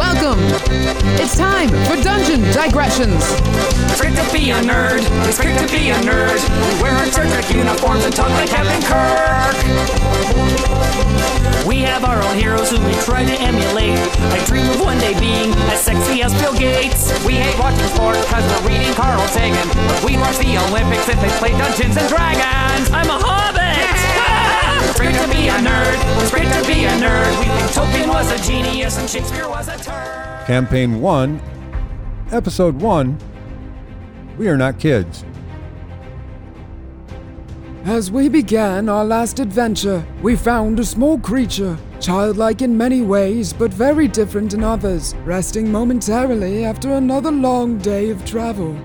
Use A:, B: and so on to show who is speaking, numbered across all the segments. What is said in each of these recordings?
A: Welcome! It's time for Dungeon Digressions!
B: It's good to be a nerd. It's good to be a nerd. We wear our Star Trek uniforms and talk like Captain Kirk. We have our own heroes who we try to emulate. I dream of one day being as sexy as Bill Gates. We hate watching sports because we're reading Carl Sagan. But we watch the Olympics if they play Dungeons and Dragons. I'm a hobbit! Ah! It's great to be a nerd. It's great to be a nerd. We think Tolkien was a genius and Shakespeare was a turd.
C: Campaign 1, Episode 1 We Are Not Kids.
A: As we began our last adventure, we found a small creature, childlike in many ways, but very different in others, resting momentarily after another long day of travel.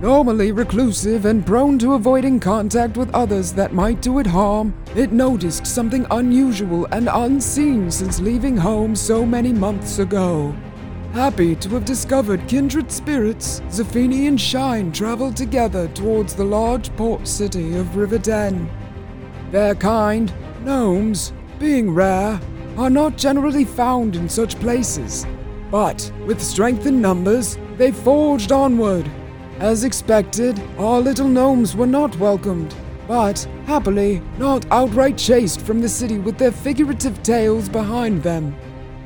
A: Normally reclusive and prone to avoiding contact with others that might do it harm, it noticed something unusual and unseen since leaving home so many months ago. Happy to have discovered kindred spirits, Zafini and Shine traveled together towards the large port city of Riverden. Their kind, gnomes, being rare, are not generally found in such places. But, with strength in numbers, they forged onward. As expected, our little gnomes were not welcomed, but, happily, not outright chased from the city with their figurative tails behind them.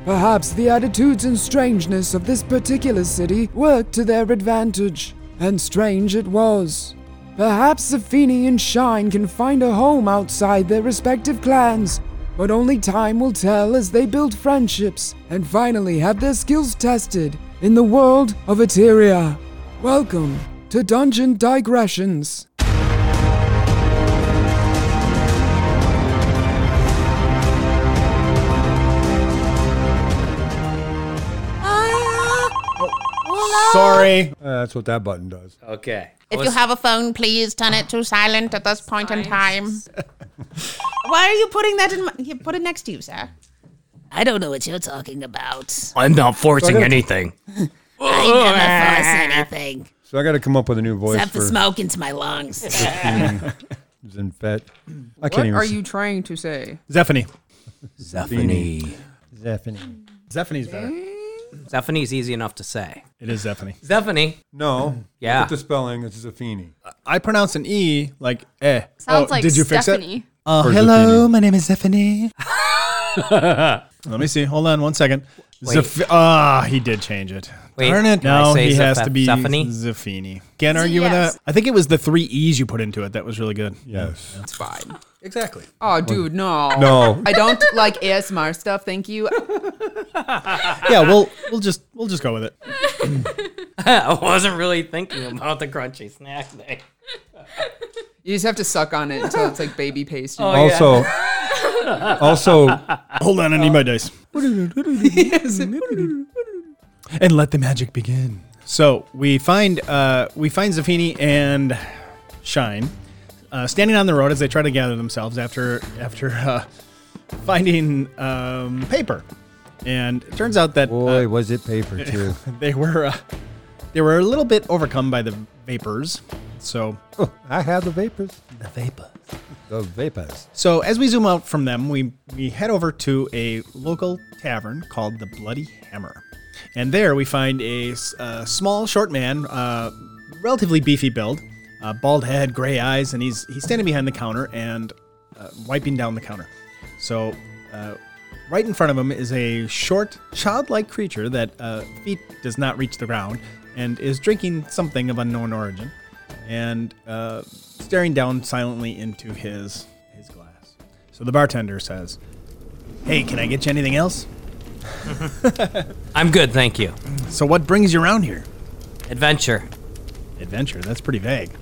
A: Perhaps the attitudes and strangeness of this particular city worked to their advantage, and strange it was. Perhaps Safini and Shine can find a home outside their respective clans, but only time will tell as they build friendships and finally have their skills tested in the world of Eteria. Welcome to Dungeon Digressions.
C: Sorry. Uh, that's what that button does.
D: Okay.
E: If you have a phone, please turn it to silent at this point in time. Why are you putting that in? My, here, put it next to you, sir.
F: I don't know what you're talking about.
G: I'm not forcing anything.
F: I
C: Oh,
F: never force anything.
C: So I got to come up with a new voice
F: Except for
C: for
F: smoke into my lungs.
C: Zinfet. I can't
H: What
C: even.
H: are you trying to say?
I: Zephany.
C: Zephany. Zephany.
I: Zephany's better.
D: Zephany's easy enough to say.
I: It is Zephany.
D: Zephany.
C: No.
D: Yeah.
C: Look at the spelling. It's Zephini.
I: I pronounce an E like eh.
J: Sounds
I: Oh,
J: like
I: did you fix
J: Stephanie.
I: it? Oh,
C: Or
I: hello,
C: Zephini.
I: my name is Zephany. Let me see. Hold on one second.
D: Wait.
I: Zeph- ah, he did change it.
D: Wait,
I: Darn it.
D: can I
I: No,
D: say
I: he has
D: Zeph-
I: to be
D: Zephany?
I: Zephini. Can't argue
J: yes.
I: with that. I think it was the three E's you put into it that was really good.
C: Yes.
H: It's fine.
I: Exactly.
H: Oh, dude, no.
C: No.
H: I don't like ASMR stuff. Thank you.
I: yeah, we'll we'll just we'll just go with it.
D: I wasn't really thinking about the crunchy snack thing.
H: You just have to suck on it until it's like baby pastry.
C: also, also,
I: Hold on, I need my dice. and let the magic begin. So we find uh, we find Zafini and Shine uh, standing on the road as they try to gather themselves after after uh, finding um, paper. And it turns out that
C: boy,
I: uh,
C: was it paper too.
I: they were uh, they were a little bit overcome by the vapors. So
C: I have the vapors.
I: the vapor.
C: The vapors.
I: So as we zoom out from them, we we head over to a local tavern called the Bloody Hammer, and there we find a, s- a small, short man, uh, relatively beefy build, uh, bald head, gray eyes, and he's he's standing behind the counter and uh, wiping down the counter. So. Uh, Right in front of him is a short, childlike creature that uh, feet does not reach the ground and is drinking something of unknown origin and uh, staring down silently into his his glass. So the bartender says, "Hey, can I get you anything else?
D: I'm good, thank you.
I: So what brings you around here?
D: Adventure.
I: Adventure. That's pretty vague.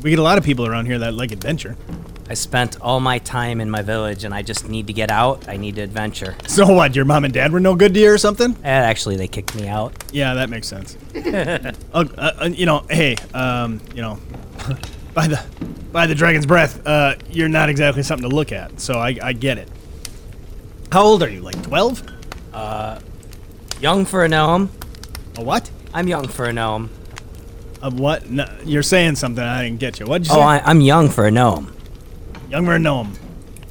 I: We get a lot of people around here that like adventure.
D: I spent all my time in my village and I just need to get out. I need to adventure.
I: So what? Your mom and dad were no good to you or something?
D: And actually, they kicked me out.
I: Yeah, that makes sense. uh, uh, uh, you know, hey, um, you know, by the by the dragon's breath, uh, you're not exactly something to look at. So I, I get it. How old are you? Like twelve?
D: Young for a gnome.
I: A what?
D: I'm young for a gnome.
I: A what? No, you're saying something I didn't get you. What'd you
D: Oh,
I: say?
D: I, I'm young for a gnome.
I: Young or a gnome?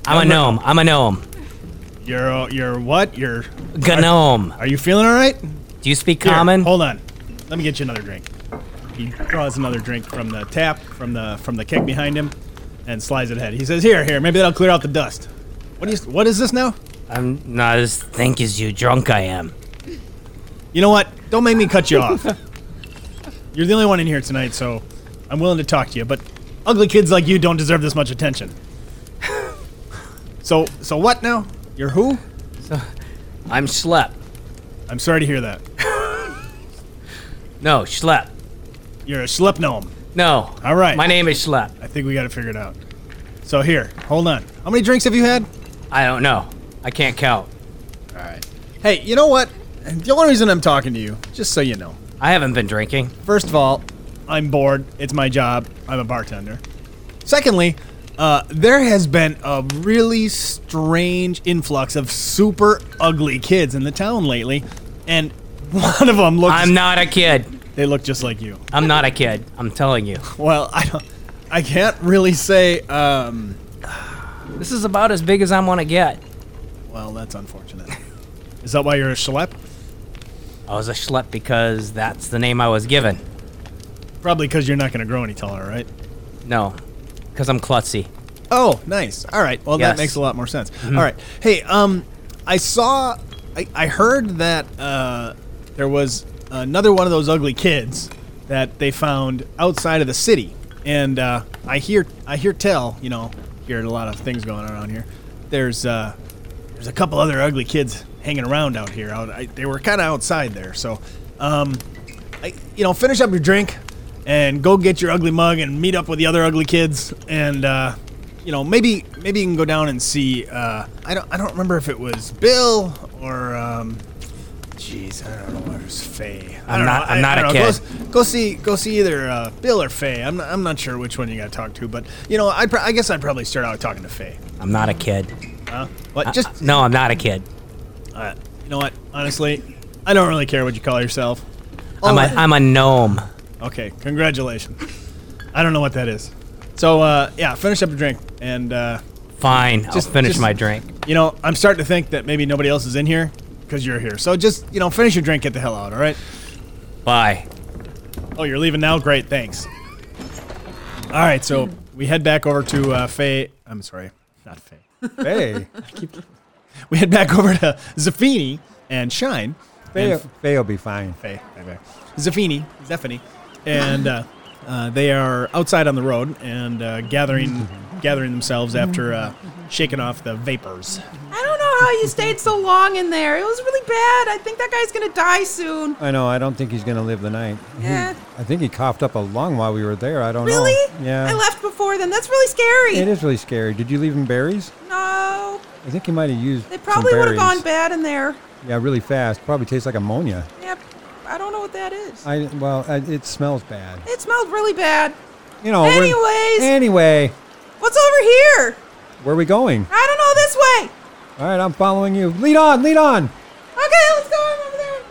D: I'm a gnome. I'm a gnome.
I: You're you're what? You're
D: Gnome.
I: are you feeling all right?
D: Do you speak
I: Here,
D: common?
I: hold on. Let me get you another drink. He draws another drink from the tap, from the from the keg behind him, and slides it ahead. He says, "Here, here. Maybe that'll clear out the dust." What is what is this now?
D: I'm not as think as you drunk I am.
I: You know what? Don't make me cut you off. You're the only one in here tonight, so I'm willing to talk to you. But ugly kids like you don't deserve this much attention. So so what now? You're who?
D: I'm Schlep.
I: I'm sorry to hear that.
D: No, Schlep.
I: You're a schlep gnome.
D: No.
I: All right.
D: My name is Schlep.
I: I think we got it figured out. So here, hold on. How many drinks have you had?
D: I don't know. I can't count.
I: Hey, you know what? The only reason I'm talking to you, just so you know.
D: I haven't been drinking.
I: First of all, I'm bored. It's my job. I'm a bartender. Secondly, uh, there has been a really strange influx of super ugly kids in the town lately, and one of them looks.
D: I'm not a kid.
I: They look just like you.
D: I'm not a kid. I'm telling you.
I: Well, I don't. I can't really say. Um,
D: This is about as big as I'm gonna get.
I: well, that's unfortunate. Is that why you're a schlep?
D: I was a schlep because that's the name I was given.
I: Probably because you're not going to grow any taller, right?
D: No, because I'm klutzy.
I: Oh, nice. All right. Well,
D: Yes.
I: that makes a lot more sense. All right. Hey, um, I saw, I, I heard that uh, there was another one of those ugly kids that they found outside of the city, and uh, I hear, I hear tell, you know, hear a lot of things going on around here. There's, uh, there's a couple other ugly kids hanging around out here. Out, I, they were kind of outside there, so, um, I, you know, finish up your drink and go get your ugly mug and meet up with the other ugly kids. And, uh, you know, maybe maybe you can go down and see. Uh, I don't I don't remember if it was Bill or, um, jeez, I don't know. Where it was Faye. I
D: I'm
I: don't
D: not-
I: know,
D: I'm
I: I-
D: not
I: I
D: a
I: don't know. Go
D: kid.
I: s- Go, see go see either uh, Bill or Faye. I'm not, I'm not sure which one you got to talk to, but you know, I pr- I guess I'd probably start out talking to Faye.
D: I'm not a kid.
I: Huh? What?
D: Just
I: Just
D: Uh, no, I'm not a kid.
I: uh, you know what? Honestly, I don't really care what you call yourself.
D: I'm a
I: Alright.
D: am a gnome.
I: Okay, congratulations. I don't know what that is. So uh, yeah, finish up your drink, and uh,
D: Fine,
I: Just-
D: I'll finish
I: just-
D: my drink.
I: you know I'm starting to think that maybe nobody else is in here because you're here. So just you know finish your drink, get the hell out. All right.
D: Bye.
I: Oh, you're leaving now? Great, thanks. All right, so we head back over to uh, Faye. I'm sorry, not Faye.
C: Faye.
I: We head back over to Zaffini and Shine.
C: Faye,
I: and
C: Faye will be fine.
I: Faye, Faye, Faye. Zaffini, Zephany, and uh, uh, they are outside on the road and uh, gathering, gathering themselves after uh, shaking off the vapors.
K: I don't know how you stayed so long in there. It was really bad. I think that guy's gonna die soon.
C: I know. I don't think he's going to live the night. He-
K: Yeah.
C: I think he coughed up a lung while we were there. I don't
K: Really?
C: know. Yeah.
K: I left before then. That's really scary.
C: It is really scary. Did you leave him berries?
K: No,
C: I think he might have used.
K: they
C: some
K: probably would have
C: berries.
K: gone bad in there.
C: Yeah, really fast. Probably tastes like ammonia.
K: Yep. I don't know what that is.
C: I well, I, it smells bad.
K: it smelled really bad.
C: You know. we're-
K: Anyways.
C: Anyway,
K: What's over here?
C: where are we going?
K: I don't know. This way.
C: All right, I'm following you. Lead on, lead on.
K: Okay, let's go I'm over there.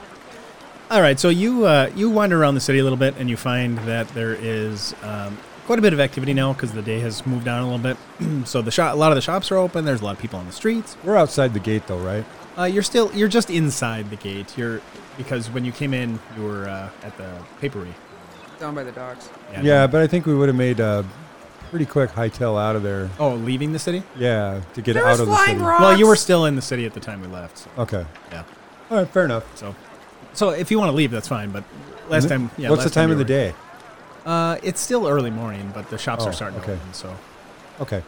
I: All right, so you uh, you wander around the city a little bit, and you find that there is um, quite a bit of activity now because the day has moved on a little bit. so the shop, a lot of the shops are open. There's a lot of people on the streets.
C: We're outside the gate though, right?
I: Uh, you're still you're just inside the gate. You're because when you came in, you were uh, at the papery.
A: Down by the docks.
C: Yeah, but I think we would have made a pretty quick hightail out of there.
I: Oh, leaving the city.
C: Yeah, to get
K: There
C: out
K: was
C: of the
K: flying
C: city.
K: rocks.
I: Well, you were still in the city at the time we left. So,
C: Okay.
I: yeah.
C: All right, fair enough.
I: So, so if you want to leave, that's fine. But last time, yeah.
C: What's the
I: last time
C: time
I: we
C: of the
I: were-
C: day?
I: Uh, it's still early morning, but the shops
C: Oh,
I: are starting
C: okay.
I: to open. So,
C: Okay.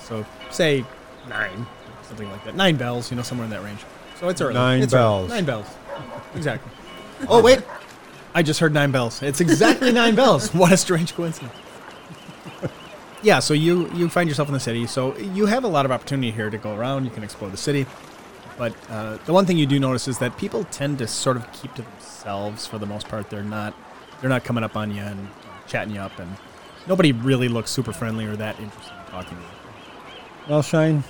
I: so say nine, something like that. Nine bells, you know, somewhere in that range. So it's early.
C: Nine
I: It's early.
C: bells.
I: Nine bells. Exactly. oh wait, I just heard nine bells. It's exactly nine bells. What a strange coincidence. yeah. So you you find yourself in the city. So you have a lot of opportunity here to go around. You can explore the city. But uh, the one thing you do notice is that people tend to sort of keep to themselves for the most part. They're not they're not coming up on you and chatting you up, and nobody really looks super friendly or that interested in talking to you.
C: Well, Shine,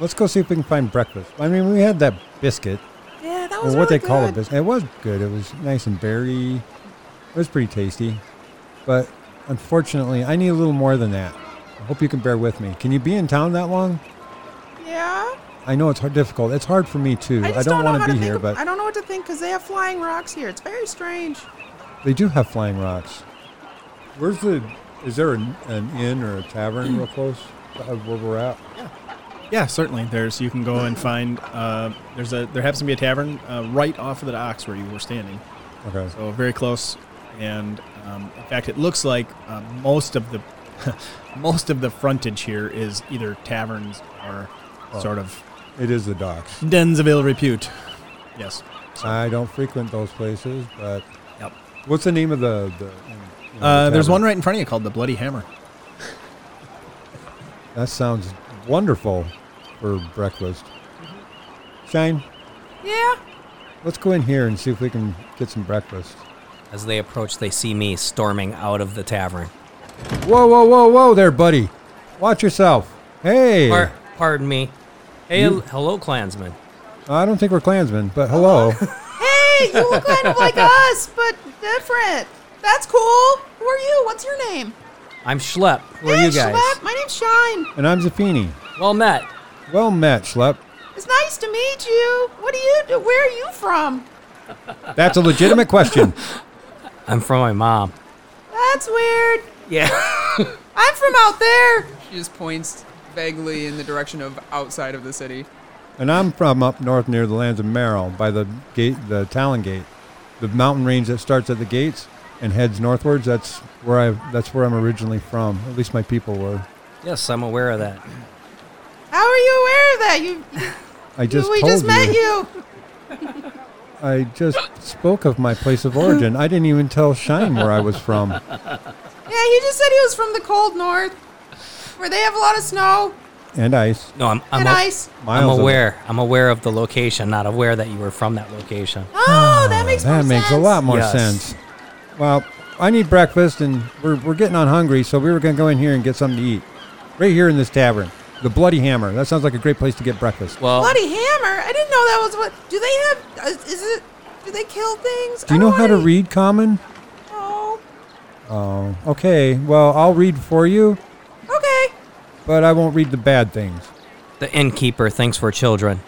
C: let's go see if we can find breakfast. I mean, we had that biscuit,
K: Yeah, that
C: or
K: was
C: what
K: really
C: they call a
K: good.
C: biscuit. It was good. It was nice and berry. It was pretty tasty, but unfortunately, I need a little more than that. I hope you can bear with me. Can you be in town that long?
K: Yeah.
C: I know it's hard, difficult. It's hard for me too. I,
H: just
C: don't
H: know
C: want
H: how
C: to be
H: think
C: here,
H: ab-
C: but
H: I don't know what to think because they have flying rocks here. It's very strange.
C: they do have flying rocks. Where's the? Is there an, an inn or a tavern real close to where we're at?
I: Yeah, certainly. There's you can go and find. Uh, there's a there happens to be a tavern uh, right off of the docks where you were standing,
C: Okay.
I: so very close. And um, in fact, it looks like uh, most of the most of the frontage here is either taverns or
C: Oh.
I: sort of
C: It is the docks.
I: dens of ill repute. Yes.
C: I don't frequent those places, but
I: Yep.
C: what's the name of the? the you know,
I: Uh,
C: the
I: there's one
C: tavern?
I: right in front of you called the Bloody Hammer.
C: That sounds wonderful for breakfast.
I: Mm-hmm.
C: Shine,
H: Yeah.
C: let's go in here and see if we can get some breakfast.
D: As they approach, they see me storming out of the tavern.
C: Whoa, whoa, whoa, whoa, there, buddy! Watch yourself. Hey,
D: Par- pardon me. Hey, hello, Klansman.
C: I don't think we're clansmen, but hello.
H: Hey, you look kind of like us, but different. That's cool. Who are you? What's your name?
D: I'm Schlepp. Who are
H: Hey,
D: you guys?
H: Schlepp. My name's Shine.
C: and I'm Zaffini.
D: Well met.
C: Well met, Schlep.
H: It's nice to meet you. What do you do? Where are you from?
C: That's a legitimate question.
D: I'm from my mom.
H: That's weird.
D: Yeah.
H: I'm from out there.
A: She just points vaguely in the direction of outside of the city.
C: And I'm from up north near the lands of Merrill by the gate, the Talon Gate, the mountain range that starts at the gates and heads northwards. That's where I. That's where I'm originally from. At least my people were.
D: Yes, I'm aware of that.
H: How are you aware of that? You,
C: I just
H: we
C: told
H: just
C: you.
H: met you.
C: I just spoke of my place of origin. I didn't even tell Shine where I was from.
H: Yeah, he just said he was from the cold north, where they have a lot of snow
C: And ice.
D: No, I'm. I'm
H: and
D: a-
H: ice.
D: I'm
C: Miles of it.
D: aware. I'm aware of the location. Not aware that you were from that location.
H: Oh, that makes
C: That
H: more
C: makes a
H: sense.
C: lot more
D: Yes.
C: sense. Well, I need breakfast, and we're, we're getting on hungry, so we were going to go in here and get something to eat. Right here in this tavern. The Bloody Hammer. That sounds like a great place to get breakfast.
D: Well,
H: Bloody hammer! I didn't know that was what. Do they have?
E: uh,
H: Is, is it? Do they kill things?
C: Do you
H: I
C: know
H: don't
C: how to
H: wanna-
C: read common?
H: No.
C: Oh, okay. Well, I'll read for you,
E: Oh,
H: Okay.
C: but I won't read the bad things.
D: the innkeeper thinks we're children.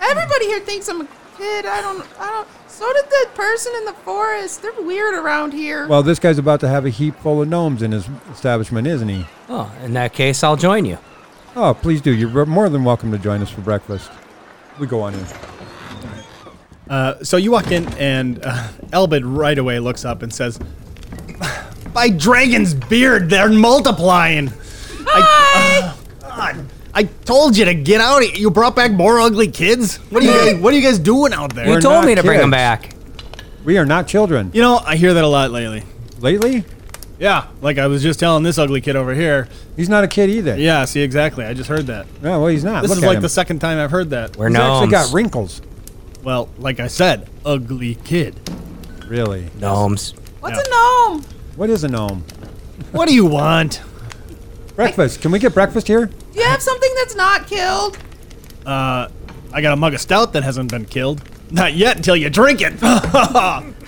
H: Everybody here thinks I'm a kid. I don't. I don't. So did the person in the forest. They're weird around here.
C: Well, this guy's about to have a heap full of gnomes in his establishment, isn't he?
D: Oh, in that case, I'll join you.
C: Oh, please do. You're more than welcome to join us for breakfast. We go on in.
I: Uh, so you walk in, and uh, Elbid right away looks up and says, "By Dragon's beard, they're multiplying." I, uh, God, I told you to get out. of- You brought back more ugly kids. What are you guys? What are you guys doing out there?
D: you told
C: not
D: me to bring
C: kids.
D: him back.
C: We are not children.
I: you know, I hear that a lot lately.
C: Lately,
I: Yeah, like I was just telling this ugly kid over here.
C: he's not a kid either.
I: Yeah, see, exactly. I just heard that.
C: No, well, he's not.
I: This
C: Look
I: is
C: at
I: like
C: him.
I: the second time I've heard that.
D: We're
C: He's actually
D: gnomes.
C: got wrinkles.
I: Well, like I said, ugly kid.
C: Really?
D: gnomes.
H: What's a gnome?
C: What is a gnome?
I: What do you want?
C: Breakfast. Can we get breakfast here?
H: Do you have something that's not killed?
I: Uh, I got a mug of stout that hasn't been killed. Not yet until you drink it.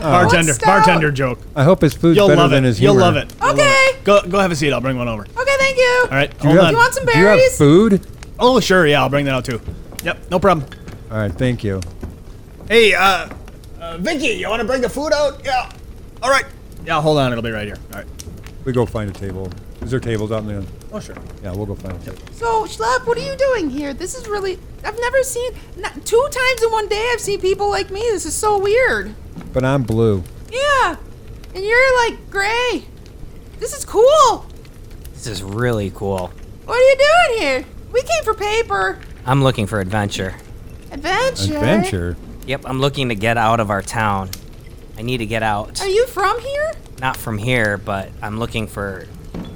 I: bartender,
H: What's stout?
I: bartender joke.
C: I hope his food's
I: You'll
C: better
I: love
C: than
I: it.
C: his
I: You'll
C: humor.
I: love it.
H: Okay.
I: Go, go have a seat. I'll bring one over.
H: Okay. Thank you.
I: All right,
C: Do you
I: hold
C: have-
I: on.
H: You want some
C: Do you have
H: berries?
C: food?
I: Oh, sure. Yeah, I'll bring that out too. Yep, no problem.
C: All right, thank you.
I: Hey, uh, uh Vicky, you want to bring the food out? Yeah. All right. Yeah, hold on. It'll be right here. All right.
C: We go find a table. Is there tables out in the?
I: Oh, sure.
C: Yeah, we'll go find a table.
H: So, Schlepp, what are you doing here? This is really. I've never seen. Not, two times in one day I've seen people like me. This is so weird.
C: But I'm blue.
H: Yeah. And you're like gray. This is cool.
D: This is really cool.
H: What are you doing here? We came for paper.
D: I'm looking for adventure.
H: Adventure.
C: Adventure.
D: Yep, I'm looking to get out of our town. I need to get out.
H: Are you from here?
D: Not from here, but I'm looking for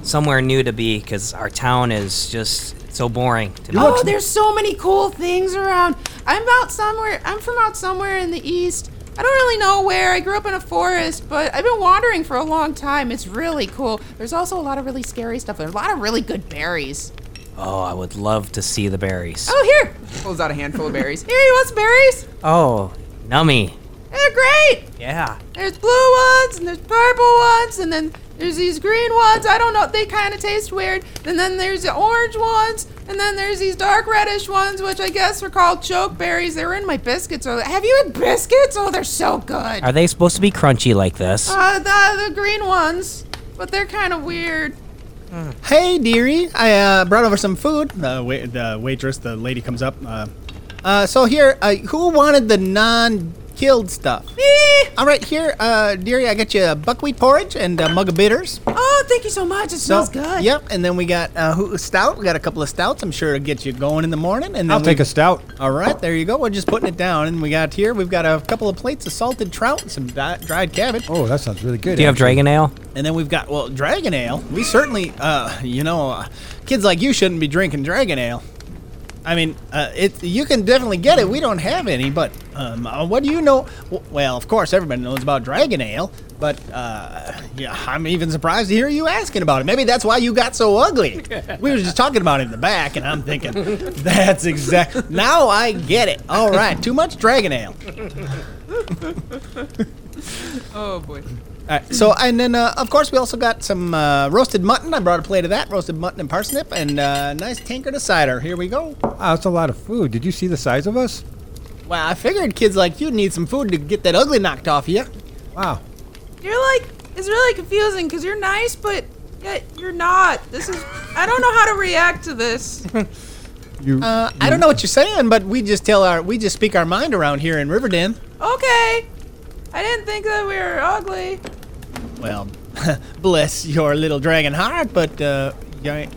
D: somewhere new to be because our town is just so boring to me.
H: Oh, there's so many cool things around. I'm out somewhere. I'm from out somewhere in the east. I don't really know where. I grew up in a forest, but I've been wandering for a long time. It's really cool. There's also a lot of really scary stuff. There's a lot of really good berries.
D: Oh, I would love to see the berries.
H: Oh, here.
A: Pulls out a handful of berries.
H: Here, you want some berries?
D: Oh, nummy.
H: They're great.
D: Yeah.
H: There's blue ones, and there's purple ones, and then there's these green ones. I don't know. They kind of taste weird. And then there's the orange ones,
K: And then there's these dark reddish ones, which I guess are called chokeberries. They were in my biscuits. earlier. Have you had biscuits? Oh, they're so good.
D: Are they supposed to be crunchy like this?
K: Uh, the, the green ones, but they're kind of weird.
I: Hey, dearie, I uh, brought over some food. The, wait, the waitress, the lady comes up. Uh, uh, so here, uh, who wanted the non-killed stuff?
K: Eh,
I: All right, here, uh, dearie, I got you a buckwheat porridge and a mug of bitters.
K: Oh, thank you so much. It
I: So,
K: smells good.
I: Yep, and then we got uh, who, stout. We got a couple of stouts. I'm sure it'll get you going in the morning. And then
C: I'll
I: we-
C: take a stout.
I: All right, there you go. We're just putting it down, and we got here. We've got a couple of plates of salted trout and some di- dried cabbage.
C: Oh, that sounds really good.
D: Do you have
C: actually.
D: dragon ale?
I: And then we've got well, dragon ale. We certainly, uh, you know, uh, kids like you shouldn't be drinking dragon ale. I mean, uh, it you can definitely get it. We don't have any, but um, uh, what do you know? w- Well, of course, everybody knows about dragon ale, but uh, yeah, I'm even surprised to hear you asking about it. Maybe that's why you got so ugly. we were just talking about it in the back, and I'm thinking, that's exact. Now I get it. All right, too much dragon ale.
A: Oh boy.
I: Alright, so and then uh, of course we also got some uh, roasted mutton. I brought a plate of that roasted mutton and parsnip, and uh, nice tankard of cider. Here we go.
C: Wow, that's a lot of food. Did you see the size of us?
I: Well, I figured kids like you need some food to get that ugly knocked off you.
C: Wow.
K: You're like, it's really confusing because you're nice, but yet you're not. This is, I don't know how to react to this.
C: You.
I: Uh, I don't know what you're saying, but we just tell our we just speak our mind around here in Riverdale.
K: Okay. I didn't think that we were ugly.
I: Well, bless your little dragon heart, but uh, you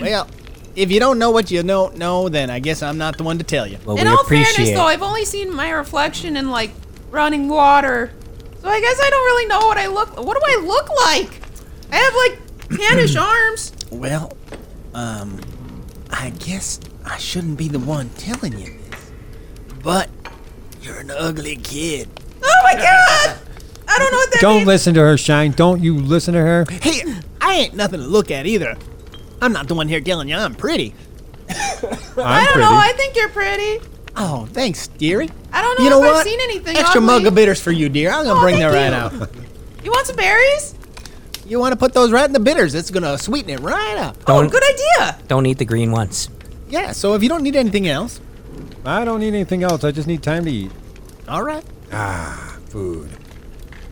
I: well, if you don't know what you don't know, then I guess I'm not the one to tell you.
D: Well,
K: In
D: we
K: all
D: appreciate.
K: fairness, though, I've only seen my reflection in like running water, so I guess I don't really know what I look. What do I look like? I have like tannish arms.
I: Well, um, I guess I shouldn't be the one telling you this, but you're an ugly kid.
K: Oh my god! I don't know what that
C: don't
K: means.
C: listen to her, Shine. Don't you listen to her.
I: Hey, I ain't nothing to look at either. I'm not the one here telling you I'm pretty.
K: I
C: I'm
K: don't
C: pretty.
K: know. I think you're pretty.
I: Oh, thanks, dearie.
K: I don't know
I: You know
K: if
I: what?
K: I've seen anything.
I: Extra
K: ugly.
I: mug of bitters for you, dear. I'm gonna
K: Oh,
I: bring that
K: thank
I: right
K: you.
I: out.
K: You want some berries?
I: You want to put those right in the bitters? It's gonna sweeten it right up.
K: Oh, good idea.
D: Don't eat the green ones.
I: Yeah. So if you don't need anything else,
C: I don't need anything else. I just need time to eat
I: all right.
C: food.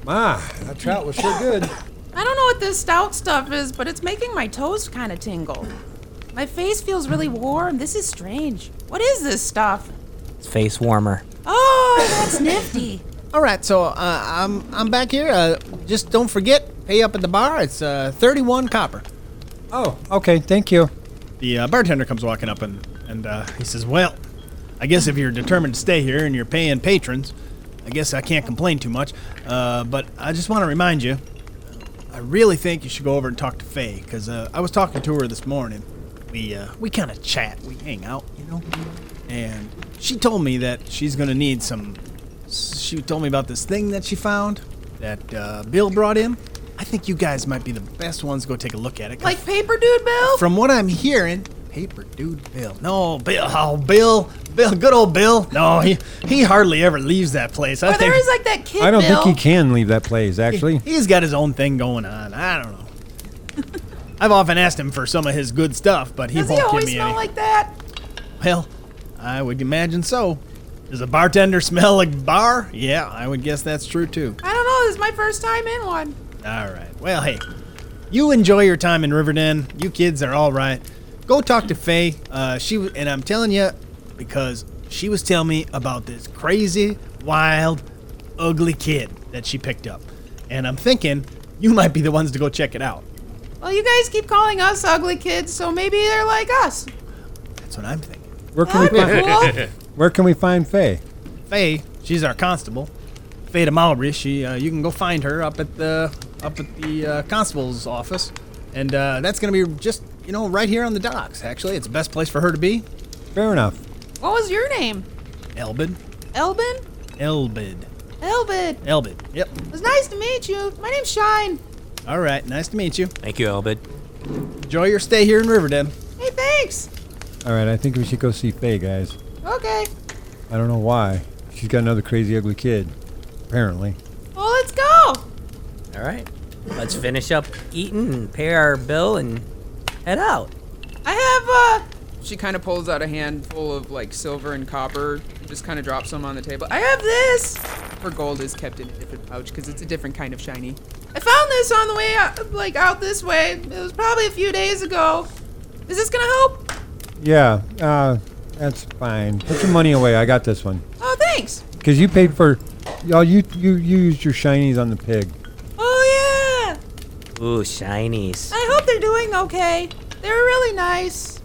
C: Ma, that trout was sure good.
K: I don't know what this stout stuff is, but it's making my toes kind of tingle. My face feels really warm. This is strange. What is this stuff?
D: It's face warmer.
K: Oh, that's
F: Nifty.
I: All right, so uh, I'm I'm back here. Uh, just don't forget, pay up at the bar. It's uh, 31 copper.
C: Oh, okay. Thank you.
I: The uh, bartender comes walking up and and uh, he says, "Well, I guess if you're determined to stay here and you're paying patrons, I guess I can't complain too much. Uh, but I just want to remind you, I really think you should go over and talk to Faye because uh, I was talking to her this morning. We uh, we kind of chat, we hang out, you know. And she told me that she's gonna need some. She told me about this thing that she found that uh, Bill brought in. I think you guys might be the best ones to go take a look at it. 'cause
K: like paper dude Bill.
I: from what I'm hearing, paper dude Bill. No, Bill. Oh, Bill. Bill. Good old Bill. No, he he hardly ever leaves that place. I
K: Or
I: think
K: there is like that kid.
C: I don't
K: Bill.
C: think he can leave that place, actually.
I: he's got his own thing going on. I don't know. I've often asked him for some of his good stuff, but he
K: Does he
I: won't give
K: always
I: me
K: smell
I: any.
K: like that?
I: well, I would imagine so. Does a bartender smell like bar? Yeah, I would guess that's true too.
K: I don't know. This is my first time in one.
I: All right. Well, hey, you enjoy your time in Riverdale. You kids are all right. Go talk to Faye. Uh, she w- and I'm telling you because she was telling me about this crazy, wild, ugly kid that she picked up, and I'm thinking you might be the ones to go check it out.
K: Well, you guys keep calling us ugly kids, so maybe they're like us.
I: That's what I'm thinking.
C: Where can we
K: That'd be
C: find
K: cool.
C: Where can we find Faye?
I: Faye, she's our constable. Faye de Malbury. She, uh, you can go find her up at the up at the uh, constable's office, and uh, that's gonna be just you know right here on the docks. Actually, it's the best place for her to be.
C: Fair enough.
K: What was your name?
I: Elbid.
K: Elbin?
I: Elbid.
K: Elbin.
I: Elbid. Yep.
K: It was nice to meet you. My name's Shine.
I: All right. Nice to meet you.
D: Thank you, Elbid.
I: Enjoy your stay here in Riverdale.
K: Hey, thanks.
C: All right, I think we should go see Faye, guys.
K: Okay.
C: I don't know why. She's got another crazy, ugly kid, apparently.
K: Well, let's go.
D: All right, let's finish up eating, and pay our bill, and head out.
K: I have, uh,
A: She kind of pulls out a handful of like silver and copper, just kind of drops them on the table. I have this. Her gold is kept in a different pouch because it's a different kind of shiny. I found this on the way out, like out this way. It was probably a few days ago. Is this gonna help?
C: Yeah, uh, that's fine. Put your money away. I got this one.
A: Oh, thanks.
C: Because you paid for, y'all, you, you, you used your shinies on the pig.
K: Oh yeah.
D: Ooh, shinies.
K: I hope they're doing okay. They were really nice.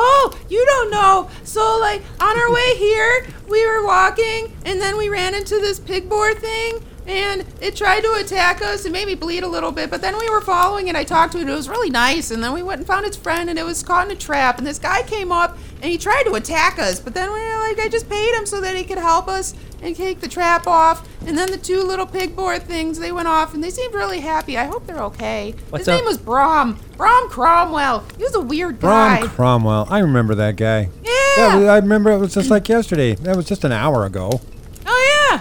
K: Oh, you don't know. So, like, on our way here, we were walking, and then we ran into this pig boar thing, and it tried to attack us and made me bleed a little bit. But then we were following it. I talked to it. It was really nice. And then we went and found its friend, and it was caught in a trap. And this guy came up, and he tried to attack us. But then we were like, I just paid him so that he could help us and take the trap off. And then the two little pig boar things, they went off, and they seemed really happy. I hope they're okay.
D: What's
K: his
D: up?
K: name was Brom. Brom Cromwell. He was a weird guy.
C: Brom Cromwell. I remember that guy.
K: Yeah.
C: That was- I remember it was just like yesterday. That was just an hour ago.
K: oh yeah.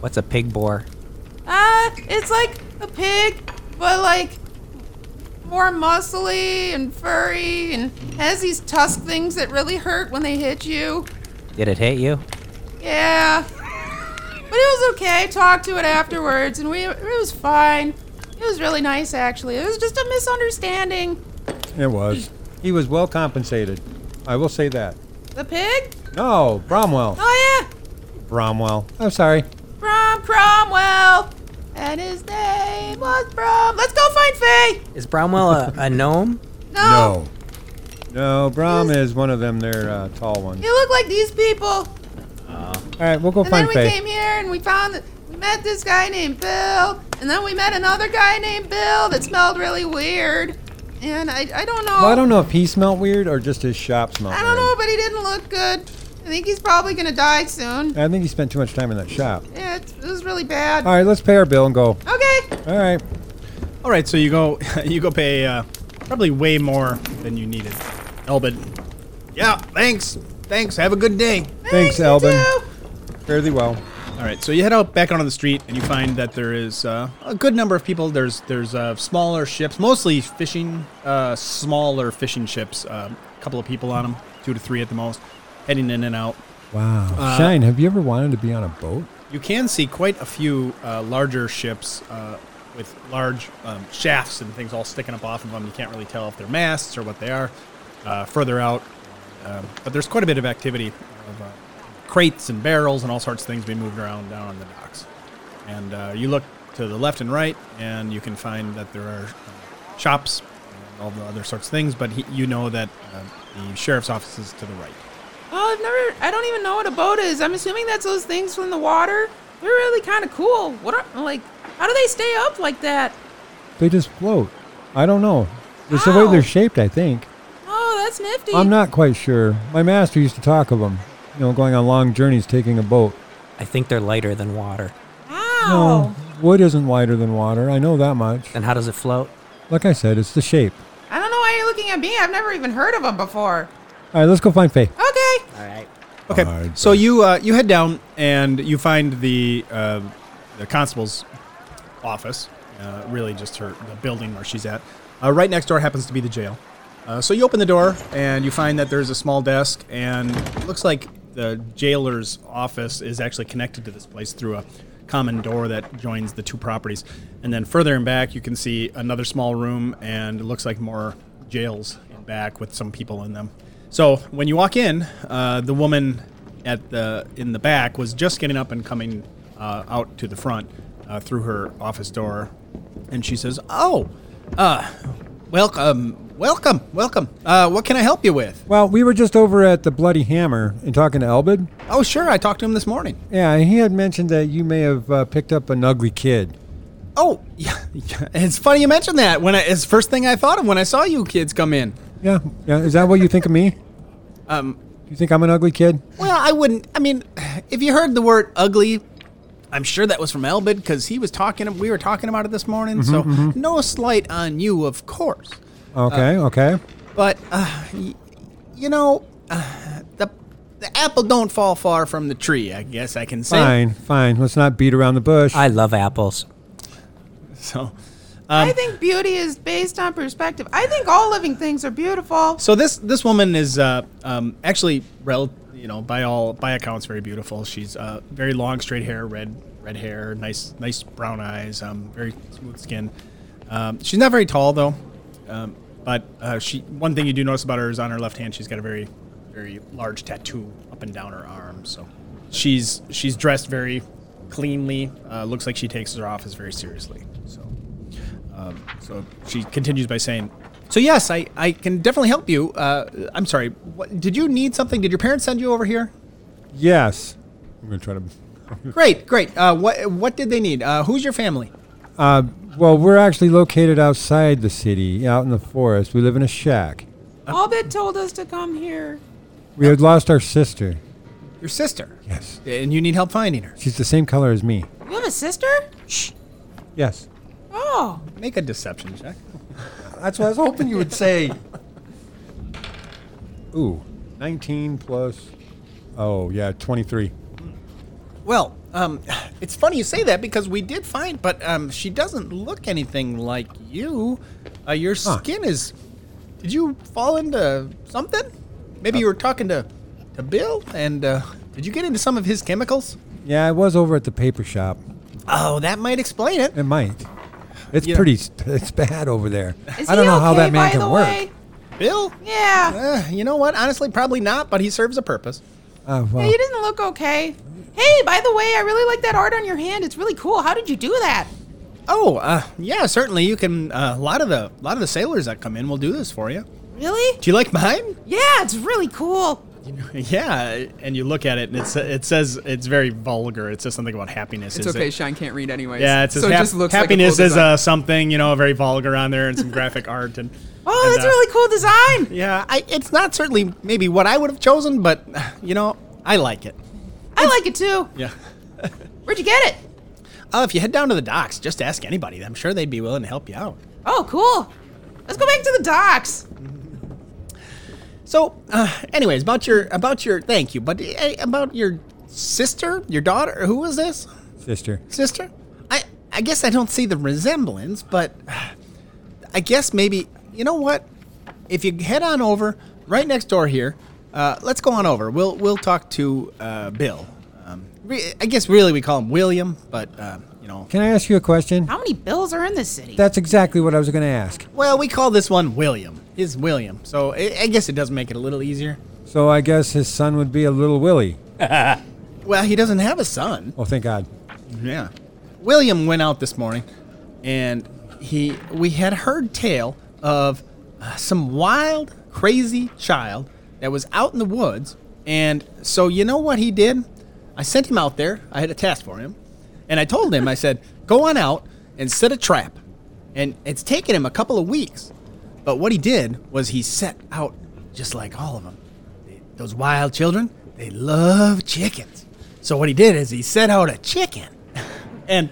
D: What's a pig boar?
K: Uh, it's like a pig, but like more muscly and furry, and has these tusk things that really hurt when they hit you.
D: Did it hit you?
K: Yeah. But it was okay. I talked to it afterwards, and we it was fine. It was really nice, actually. It was just a misunderstanding.
C: It was. He was well compensated. I will say that.
K: The pig?
C: No, Bromwell.
K: Oh yeah,
C: Bromwell. I'm sorry.
K: Brom Cromwell, and his name was Brom. Let's go find Faye.
D: Is Bromwell a, a gnome?
K: No,
C: No, Brom is one of them. They're uh, tall ones.
K: you look like these people.
C: All right, we'll go
K: And then
C: find
K: we
C: Faye.
K: came here and we found that we met this guy named Bill, and then we met another guy named Bill that smelled really weird. And I, I don't know.
C: Well, I don't know if he smelled weird or just his shop smelled
K: I don't know,
C: weird.
K: but he didn't look good. I think he's probably gonna die soon.
C: I think he spent too much time in that shop.
K: Yeah, it's, it was really bad.
C: All right, let's pay our bill and go.
K: Okay.
C: All right.
I: All right, so you go, you go pay uh, probably way more than you needed. Elbit. Yeah, thanks, thanks. Have a good day.
C: Thanks,
K: you
C: Alvin.
K: too.
C: Fairly well.
I: All right, so you head out back onto the street and you find that there is uh, a good number of people. There's there's uh, smaller ships, mostly fishing, uh, smaller fishing ships. uh, a couple of people on them, two to three at the most, heading in and out.
C: Wow.
K: Uh,
C: Shine, have you ever wanted to be on a boat?
I: You can see quite a few uh, larger ships uh, with large um, shafts and things all sticking up off of them. You can't really tell if they're masts or what they are uh, further out. Um, but there's quite a bit of activity of uh, crates and barrels and all sorts of things being moved around down on the docks. And uh, you look to the left and right, and you can find that there are uh, shops and all the other sorts of things, but he, you know that uh, the sheriff's office is to the right.
K: Oh, I've never. I don't even know what a boat is. I'm assuming that's those things from the water. They're really kind of cool. What are like? How do they stay up like that?
C: They just float. I don't know. It's the way
K: Wow.
C: they're shaped, I think.
K: Oh, that's nifty.
C: I'm not quite sure. My master used to talk of them, you know, going on long journeys taking a boat.
D: I think they're lighter than water.
K: Wow.
C: No, Um, wood isn't lighter than water. I know that much.
D: Then how does it float?
C: Like I said, it's the shape.
K: I don't know why you're looking at me. I've never even heard of them before.
C: All right, let's go find Faye.
K: Okay.
D: All right.
I: Okay,
C: All right,
I: so you uh, you head down and you find the uh, the constable's office, uh, really just her the building where she's at. Uh, right next door happens to be the jail. Uh, so you open the door and you find that there's a small desk and it looks like the jailer's office is actually connected to this place through a common door that joins the two properties. And then further in back, you can see another small room and it looks like more jails in back with some people in them. So when you walk in, uh, the woman at the in the back was just getting up and coming uh, out to the front uh, through her office door, and she says, "Oh, uh, welcome, welcome, welcome. Uh, what can I help you with?
C: Well, we were just over at the Bloody Hammer and talking to Elbid.
I: Oh, sure. I talked to him this morning.
C: Yeah, and he had mentioned that you may have uh, picked up an ugly kid.
I: Oh, yeah, yeah. It's funny you mentioned that. When I, it's the first thing I thought of when I saw you kids come in.
C: Yeah, yeah. Is that what you think of me?
I: Um,
C: You think I'm an ugly kid?
I: Well, I wouldn't. I mean, if you heard the word ugly, I'm sure that was from Elbid because he was talking. We were talking about it this morning. so no slight on you, of course.
C: Okay, okay.
I: But uh, y- you know, uh, the the apple don't fall far from the tree. I guess I can say.
C: Fine, fine. Let's not beat around the bush.
D: I love apples.
I: So,
C: Um,
K: I think beauty is based on perspective. I think all living things are beautiful.
I: So this this woman is uh, um, actually rel- you know by all by accounts very beautiful. She's uh, very long straight hair, red red hair, nice nice brown eyes, um, very smooth skin. Um, she's not very tall though, um, but uh, she one thing you do notice about her is on her left hand she's got a very very large tattoo up and down her arm. So she's she's dressed very cleanly. Uh, looks like she takes her office very seriously. So um, so she continues by saying, "So yes, I, I can definitely help you. Uh, I'm sorry. What, did you need something? Did your parents send you over here?
C: Yes. I'm going to try to.
I: Great, great. Uh, what what did they need? Uh, who's your family?
C: Uh, well, we're actually located outside the city, out in the forest. We live in a shack.
K: Albert told us to come here.
C: We had lost our sister.
I: Your sister.
C: Yes.
I: And you need help finding her.
C: She's the same color as me.
K: You have a sister?
C: Yes.
K: Oh,
I: Make a deception check.
C: That's what I was hoping you would say. Ooh, 19 plus. Oh, yeah, 23.
I: Well, um, it's funny you say that because we did find, but um, she doesn't look anything like you. Uh, your skin is. Did you fall into something? Maybe you were talking to, to Bill, and uh, did you get into some of his chemicals?
C: Yeah, I was over at the paper shop.
I: Oh, that might explain it.
C: It might. It's
I: Yeah.
C: pretty. s- It's bad over there.
K: is
C: I don't
K: he
C: know how
K: okay,
C: that man
K: by
C: can
K: the
C: work.
K: way?
I: Bill?
K: Yeah.
I: Uh, you know what? Honestly, probably not, but he serves a purpose.
C: Uh, well,
K: Hey, you didn't look okay. Hey, by the way, I really like that art on your hand. It's really cool. How did you do that?
I: Oh, uh, yeah, certainly you can. Uh, a lot of the a lot of the sailors that come in will do this for you.
K: Really?
I: Do you like mine?
K: Yeah, it's really cool.
I: Yeah, and you look at it, and it's, it says it's very vulgar. It says something about happiness.
A: It's
I: is
A: okay.
I: it?
A: Sean can't read anyways.
I: Yeah, it says
A: so it
I: hap-
A: just looks
I: happiness
A: like a
I: is
A: cool design.
I: uh, something you know very vulgar on there, and some graphic art and.
K: Oh,
I: and,
K: that's
I: uh,
K: really cool design.
I: Yeah, I, it's not certainly maybe what I would have chosen, but you know I like it.
K: I like it too.
I: Yeah.
K: Where'd you get it?
I: Uh, if you head down to the docks, just ask anybody. I'm sure they'd be willing to help you out.
K: Oh, cool. Let's go back to the docks.
I: So, uh, anyways, about your about your thank you, but uh, about your sister, your daughter, who was this
C: sister.
I: sister? I I guess I don't see the resemblance, but uh, I guess maybe you know what? If you head on over right next door here, uh, let's go on over. We'll we'll talk to uh, Bill. Um, re- I guess really we call him William, but um, you know,
C: Can I ask you a question?
K: How many bills are in this city?
C: That's exactly what I was going to ask.
I: well we call this one William. His William. So I, I guess it does make it a little easier.
C: So I guess his son would be a little Willie.
I: Well, he doesn't have a son.
C: Oh, thank God.
I: Yeah. William went out this morning, and he we had heard tale of uh, some wild, crazy child that was out in the woods. And so you know what he did? I sent him out there. I had a task for him, and I told him I said, "Go on out and set a trap." And it's taken him a couple of weeks, but what he did was he set out just like all of them. Those wild children, they love chickens. So what he did is he set out a chicken. And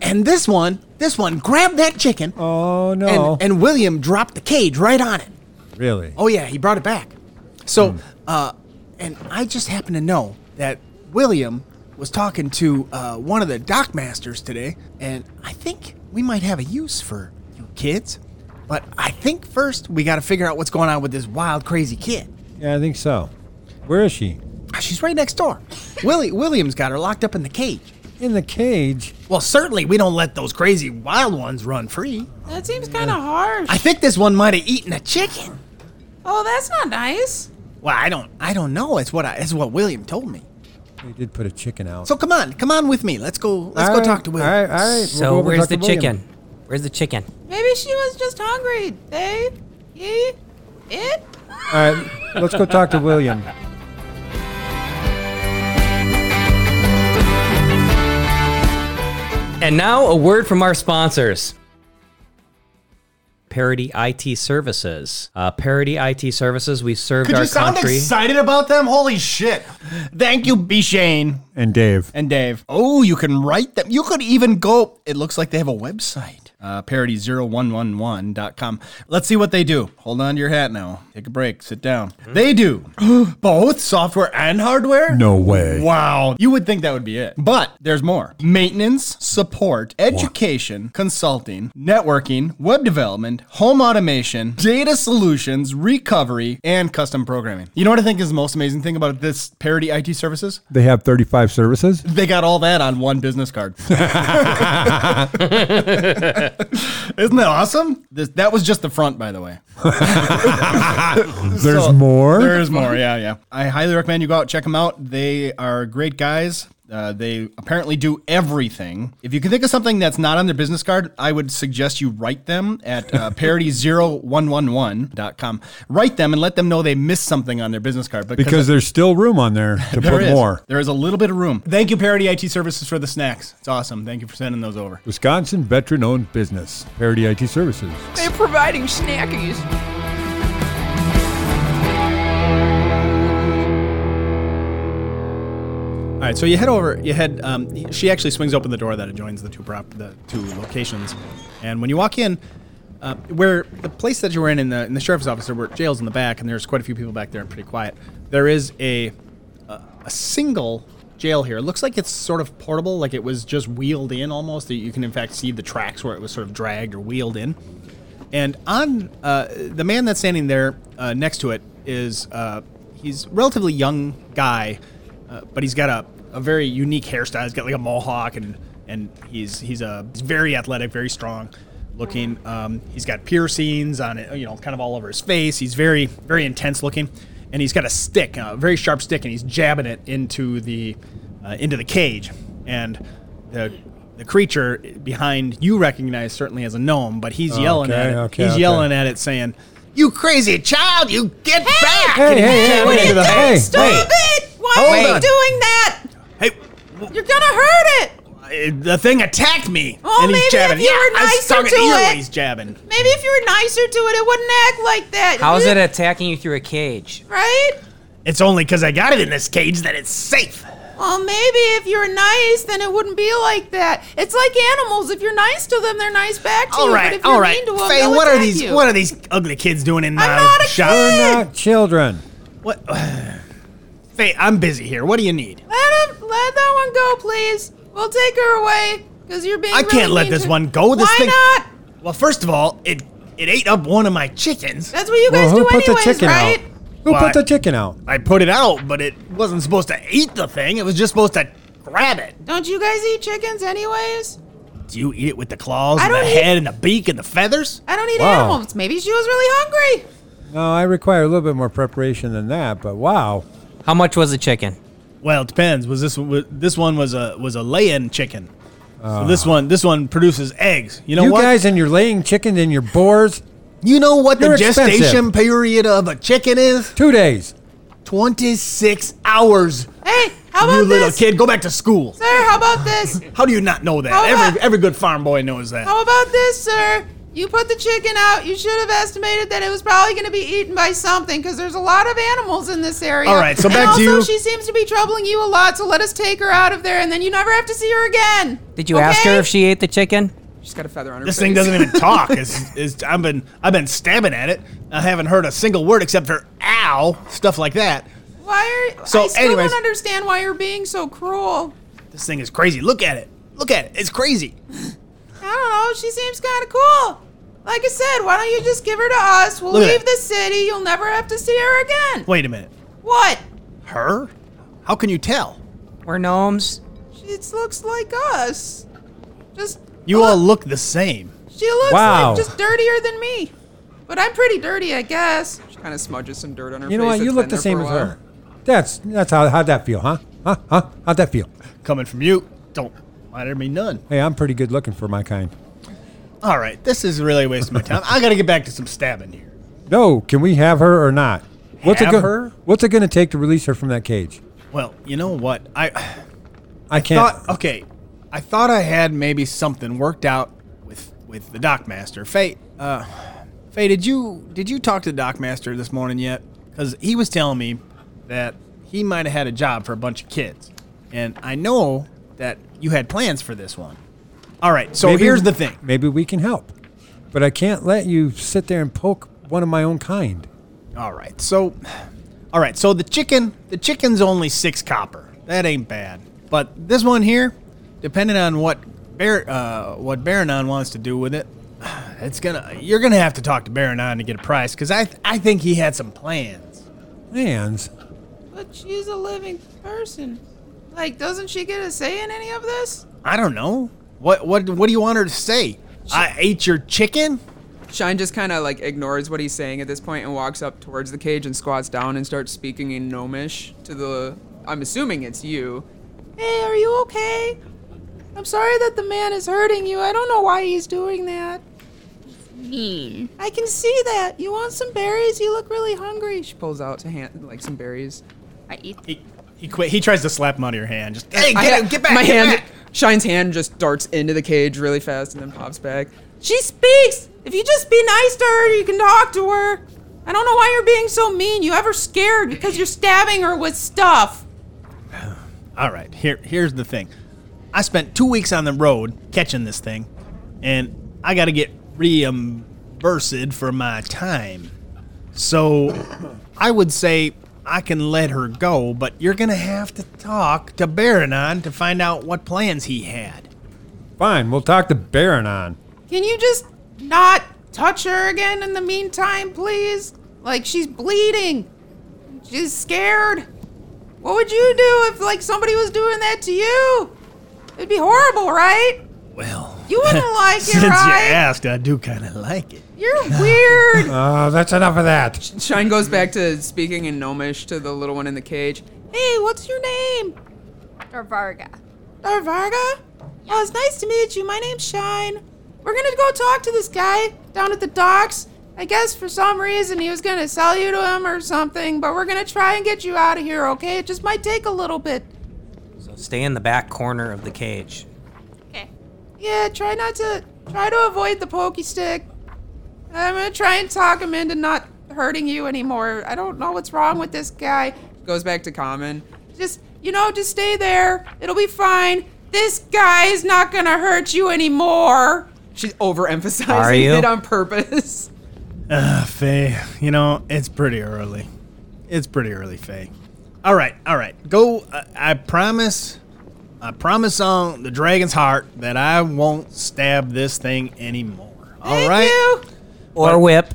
I: and this one, this one grabbed that chicken
C: Oh
I: and,
C: no.
I: and William dropped the cage right on it.
C: really?
I: Oh yeah, he brought it back.
C: Hmm.
I: So uh and I just happen to know that William was talking to uh, one of the dock masters today, and I think we might have a use for you kids. But I think first we got to figure out what's going on with this wild, crazy kid.
C: Yeah, I think so. Where is she?
I: Ah, She's right next door. Willie William's got her locked up in the cage.
C: In the cage.
I: Well, certainly we don't let those crazy wild ones run free.
K: That seems kind of harsh.
I: I think this one might have eaten a chicken.
K: oh, that's not nice.
I: Well, I don't I don't know. It's what I, it's what William told me.
C: They did put a chicken out.
I: So come on, come on with me. Let's go let's
C: All
I: go
C: right,
I: talk to William.
C: All right, all right. we'll go
D: So
C: over and
D: where's
C: talk
D: the
C: to William.
D: chicken? Where's the chicken?
K: Maybe she was just hungry. They, he, it.
C: All right, let's go talk to William.
D: And now a word from our sponsors. Parody IT Services. Uh, Parody IT Services. We served
I: Could
D: our
I: you sound
D: country.
I: excited about them? Holy shit. Thank you, B Shane
C: And Dave.
I: and Dave. Oh, you can write them. You could even go It looks like they have a website. uh, parody0111.com. Let's see what they do. Hold on to your hat now. Take a break. Sit down.
C: Hmm?
I: They do both software and hardware?
E: No way.
I: Wow. You would think that would be it. But there's more maintenance, support, education, consulting, networking, web development, home automation, data solutions, recovery, and custom programming. You know what I think is the most amazing thing about this parody IT services?
C: They have 35 services.
I: They got all that on one business card. Isn't that awesome? This, that was just the front, by the way.
C: There's
I: So-
C: more.
I: There's more. Yeah, yeah. I highly recommend you go out check them out. They are great guys. Uh, they apparently do everything. If you can think of something that's not on their business card, I would suggest you write them at uh, parody0111.com. Write them and let them know they missed something on their business card
C: because there's still room on there to
I: there
C: put
I: is.
C: more.
I: There is a little bit of room. Thank you, Parody IT Services, for the snacks. It's awesome. Thank you for sending those over.
C: Wisconsin veteran owned business, Parody IT Services.
K: They're providing snackies.
I: All right, so you head over. You head. Um, she actually swings open the door that adjoins the two prop, the two locations, and when you walk in, uh, where the place that you were in in the in the sheriff's office, there were jails in the back, and there's quite a few people back there and pretty quiet. There is a a, a single jail here. It looks like it's sort of portable, like it was just wheeled in almost. You can in fact see the tracks where it was sort of dragged or wheeled in. And on uh, the man that's standing there uh, next to it is uh, he's a relatively young guy, uh, but he's got a, a very unique hairstyle. He's got like a mohawk and and he's he's a he's very athletic, very strong looking. Um, he's got piercings on it, you know, kind of all over his face. He's very very intense looking, and he's got a stick, a very sharp stick, and he's jabbing it into the uh, into the cage. And the the creature behind you recognize certainly as a gnome, but he's yelling at
C: Okay,
I: it.
C: okay,
I: he's
C: okay.
I: yelling at it, saying, "You crazy child, you get back!"
C: Hey, hey, hey,
I: What
C: hey,
I: is
C: the-
I: that?
C: hey,
K: Stop
C: hey.
K: it! Why
I: Hold
K: are you
I: on.
K: doing that?
I: hey.
K: You're gonna hurt it.
I: w- The thing attacked me,
K: Oh,
I: and he's
K: maybe if
I: jabbing.
K: you
I: yeah,
K: were
I: I was
K: nicer
I: talking
K: to
I: ear,
K: it.
I: He's jabbing.
K: Maybe if you were nicer to it, it wouldn't act like that.
D: How is it attacking you through a cage?
K: Right?
I: It's only because I got it in this cage that it's safe.
K: Well, maybe if you were nice, then it wouldn't be like that. It's like animals. If you're nice to them, they're nice back to
I: All
K: you.
I: right,
K: but if
I: all
K: you're
I: right.
K: mean to them,
I: Faye,
K: they'll
I: what are
K: attack
I: these?
K: you.
I: What are these ugly kids doing in my
K: not a
I: shop?
K: kid.
C: We're not children.
I: What? Faye, I'm busy here. What do you need?
K: Let him, let that one go, please. We'll take her away because you're being.
I: I
K: really
I: can't let
K: mean
I: this
K: to-
I: one go. This
K: Why
I: thing-
K: not?
I: Well, first of all, it it ate up one of my chickens.
K: That's what you
C: Well,
K: guys
C: who
K: do
C: put
K: anyways,
C: the chicken
K: right?
C: out? Who
I: Why?
C: put the chicken out?
I: I put it out, but it wasn't supposed to eat the thing. It was just supposed to grab it.
K: Don't you guys eat chickens anyways?
I: Do you eat it with the claws
K: I
I: and the
K: don't eat-
I: head and the beak and the feathers?
K: I don't eat
C: Wow.
K: animals. Maybe she was really hungry.
C: No, I require a little bit more preparation than that, but wow.
D: How much was the chicken?
I: Well, it depends. Was this was, this one was a was a lay-in chicken? so this one this one produces eggs. You know
C: You
I: what?
C: guys and your laying chickens and your boars,
I: you know what
C: They're expensive.
I: period of a chicken is?
C: two days.
I: Twenty-six hours.
K: Hey, how about
I: you little
K: this?
I: kid, go back to school.
K: Sir, how about this?
I: How do you not know that?
K: How
I: every
K: about-
I: every good farm boy knows that.
K: How about this, sir? You put the chicken out. You should have estimated that it was probably going to be eaten by something because there's a lot of animals in this area.
I: All right, so
K: And
I: back to
K: also,
I: you.
K: She seems to be troubling you a lot, so let us take her out of there, and then you never have to see her again.
D: Did you ask her if she ate the chicken?
A: She's got a feather on her
I: This
A: face.
I: thing doesn't even talk. It's, it's, I've been I've been stabbing at it. I haven't heard a single word except for ow stuff like that.
K: Why are
I: So,
K: I still
I: anyways-
K: don't understand why you're being so cruel.
I: This thing is crazy. Look at it. Look at it. It's crazy.
K: I don't know. She seems kind of cool. Like I said, why don't you just give her to us? We'll
I: Look at
K: leave
I: that.
K: the city. You'll never have to see her again.
I: Wait a minute.
K: What?
I: Her? How can you tell?
D: We're gnomes.
K: She looks like us. Just
I: You all look the same.
K: She looks
C: Wow.
K: like just dirtier than me. But I'm pretty dirty, I guess.
A: She kind of smudges some dirt on her face.
C: You know what? You
A: that's
C: look
A: been
C: the
A: there
C: same
A: for a
C: as
A: while.
C: her. That's that's how how'd that feel, huh? Huh? Huh? How'd that feel?
I: Coming from you, don't matter me none.
C: Hey, I'm pretty good looking for my kind.
I: All right, this is really wasting my time. I gotta get back to some stabbing here.
C: No, can we have her or not? What's it
I: Have
C: go-
I: her?
C: What's it going to take to release her from that cage?
I: Well, you know what? I
C: I can't.
I: thought okay. I thought I had maybe something worked out with with the dockmaster. Faye, uh, Faye, did you did you talk to the dockmaster this morning yet? Because he was telling me that he might have had a job for a bunch of kids, and I know that you had plans for this one. All right, so
C: Maybe-
I: here's the thing.
C: Maybe we can help. But I can't let you sit there and poke one of my own kind.
I: All right, so, all right, so the chicken, the chicken's only six copper. That ain't bad. But this one here, depending on what Bar- uh, what Baronon wants to do with it, it's gonna you're gonna have to talk to Baronon to get a price because I I think he had some plans.
C: Hands.
K: But she's a living person. Like, doesn't she get a say in any of this?
I: I don't know what what what do you want her to say? I ate your chicken.
A: Shine just kind of like ignores what he's saying at this point and walks up towards the cage and squats down and starts speaking in gnomish to the. I'm assuming it's you.
K: Hey, are you okay? I'm sorry that the man is hurting you. I don't know why he's doing that.
E: mean.
K: I can see that. You want some berries? You look really hungry. Sh-
A: Pulls out to hand like some berries.
E: I eat.
I: He he quit. He tries to slap him out of your hand. Just hey,
A: I-
I: get him, get back.
A: My
I: get
A: hand,
I: back."
A: Shine's hand just darts into the cage really fast and then pops back.
K: She speaks! If you just be nice to her, you can talk to her. I don't know why you're being so mean. You have her scared because you're stabbing her with stuff.
I: All right, here here's the thing. I spent two weeks on the road catching this thing, and I got to get reimbursed for my time. So, I would say I can let her go, but you're gonna have to talk to Baronon to find out what plans he had.
C: Fine, we'll talk to Baron on.
K: Can you just not touch her again in the meantime, please? Like she's bleeding. She's scared. What would you do if like somebody was doing that to you? It'd be horrible, right?
I: Well,
K: You wouldn't like it,
I: since you
K: right?
I: asked, I do kind of like it.
K: You're weird.
C: Oh, that's enough of that.
A: Shine goes back to speaking in gnomish to the little one in the cage.
K: hey, what's your name?
E: Or Varga.
K: Uh, Varga? Oh, it's nice to meet you. My name's Shine. We're gonna go talk to this guy down at the docks. I guess for some reason he was gonna sell you to him or something, but we're gonna try and get you out of here, okay? It just might take a little bit.
D: So stay in the back corner of the cage.
E: Okay.
K: Yeah, try not to try to avoid the pokey stick. I'm gonna try and talk him into not hurting you anymore. I don't know what's wrong with this guy.
A: Goes back to common.
K: Just you know, just stay there. It'll be fine. This guy is not gonna hurt you anymore.
A: She's overemphasizing
D: Are you?
A: it on purpose.
I: Uh, Faye, you know, it's pretty early. It's pretty early, Faye. All right, all right. Go. Uh, I promise. I promise on the dragon's heart that I won't stab this thing anymore. All
K: Thank
I: right.
K: you.
D: Or whip.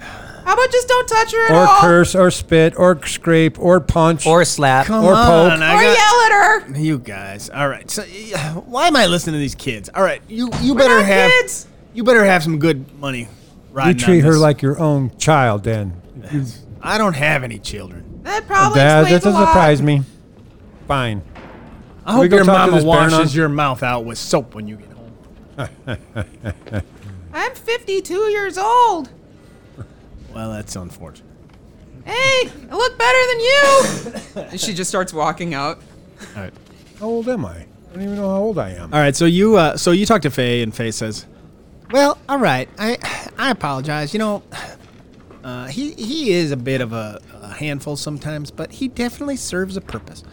K: How about just don't touch her at
C: Or
K: all?
C: curse, or spit, or scrape, or punch.
D: Or slap.
I: Come
C: Or
I: on.
C: poke.
I: I
K: Or
I: got-
K: yell at her.
I: You guys. All right. So, yeah, why am I listening to these kids? All right. You you better
K: not
I: have
K: kids.
I: you better have some good money.
C: you
I: Riding on
C: treat her
I: this.
C: like your own child, then.
K: Oh,
C: If you-
I: I don't have any children.
K: That probably
C: That, that
K: explains
C: doesn't
K: a lot.
C: surprise me. Fine.
I: I
C: we
I: hope
C: go
I: your
C: talk to
I: mama
C: this Baron on-
I: washes your mouth out with soap when you get home.
K: I'm 52 years old.
I: Well, that's unfortunate.
K: Hey, I look better than you.
A: And she just starts walking out.
I: All right.
C: How old am I? I don't even know how old I am.
I: All right, so you uh, so you talk to Faye, and Faye says, "Well, all right, I I apologize. You know, uh, he he is a bit of a, a handful sometimes, but he definitely serves a purpose.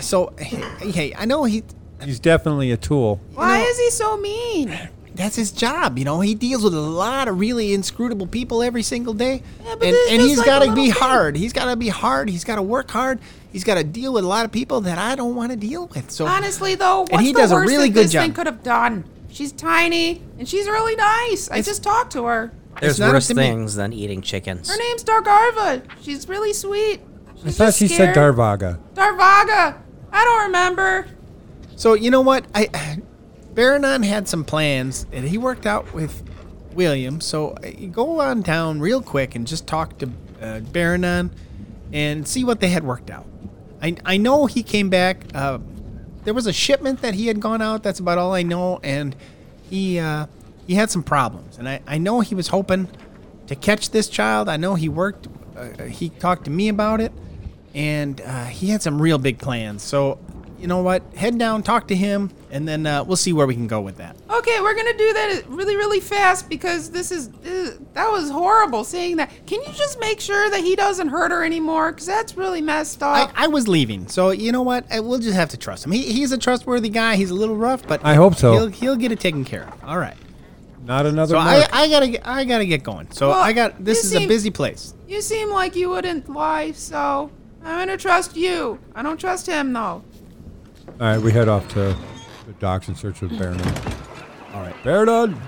I: So hey, hey, I know he
C: He's definitely a tool.
K: Why
I: know-
K: is he so mean?
I: that's his job. You know, he deals with a lot of really inscrutable people every single day,
K: Yeah, but
I: and
K: it's
I: and
K: just
I: he's
K: like a
I: got to
K: little
I: be
K: thing.
I: hard. He's got to be hard. He's got to work hard. He's got to deal with a lot of people that I don't want to deal with. So
K: Honestly, though, what's
I: And he
K: the
I: does a
K: worst
I: really
K: that
I: good
K: this thing
I: job.
K: could have done? She's tiny and she's really nice. I just talked to her.
D: There's
I: not up
D: worse
I: to me.
D: things than eating chickens.
K: Her name's Dargarva. She's really sweet. She's
C: I thought
K: just
C: she said
K: scared.
C: Darvaga.
K: Darvaga. I don't remember.
I: So you know what? I Baronon had some plans, and he worked out with William. So uh, you go on down real quick and just talk to uh, Baronon and see what they had worked out. I I know he came back. Uh, there was a shipment that he had gone out. That's about all I know. And he uh, he had some problems, and I I know he was hoping to catch this child. I know he worked. Uh, he talked to me about it, and uh, he had some real big plans. So you know what? Head down, talk to him, and then uh, we'll see where we can go with that.
K: Okay, we're gonna do that really, really fast because this is uh, that was horrible seeing that. Can you just make sure that he doesn't hurt her anymore? Because that's really messed
I: I,
K: up.
I: I was leaving, so you know what? I, we'll just have to trust him. He, he's a trustworthy guy. He's a little rough, but
C: I hope so.
I: He'll, he'll get it taken care of. All right.
C: Not another
I: So I,
C: mark.
I: I gotta get I gotta get going. So
K: Well,
I: I got this
K: you
I: is a
K: seem-
I: busy place.
K: you seem like you wouldn't lie, so I'm gonna trust you. I don't trust him though.
C: All right, we head off to the docks in search of Baronon. All right, Baronon,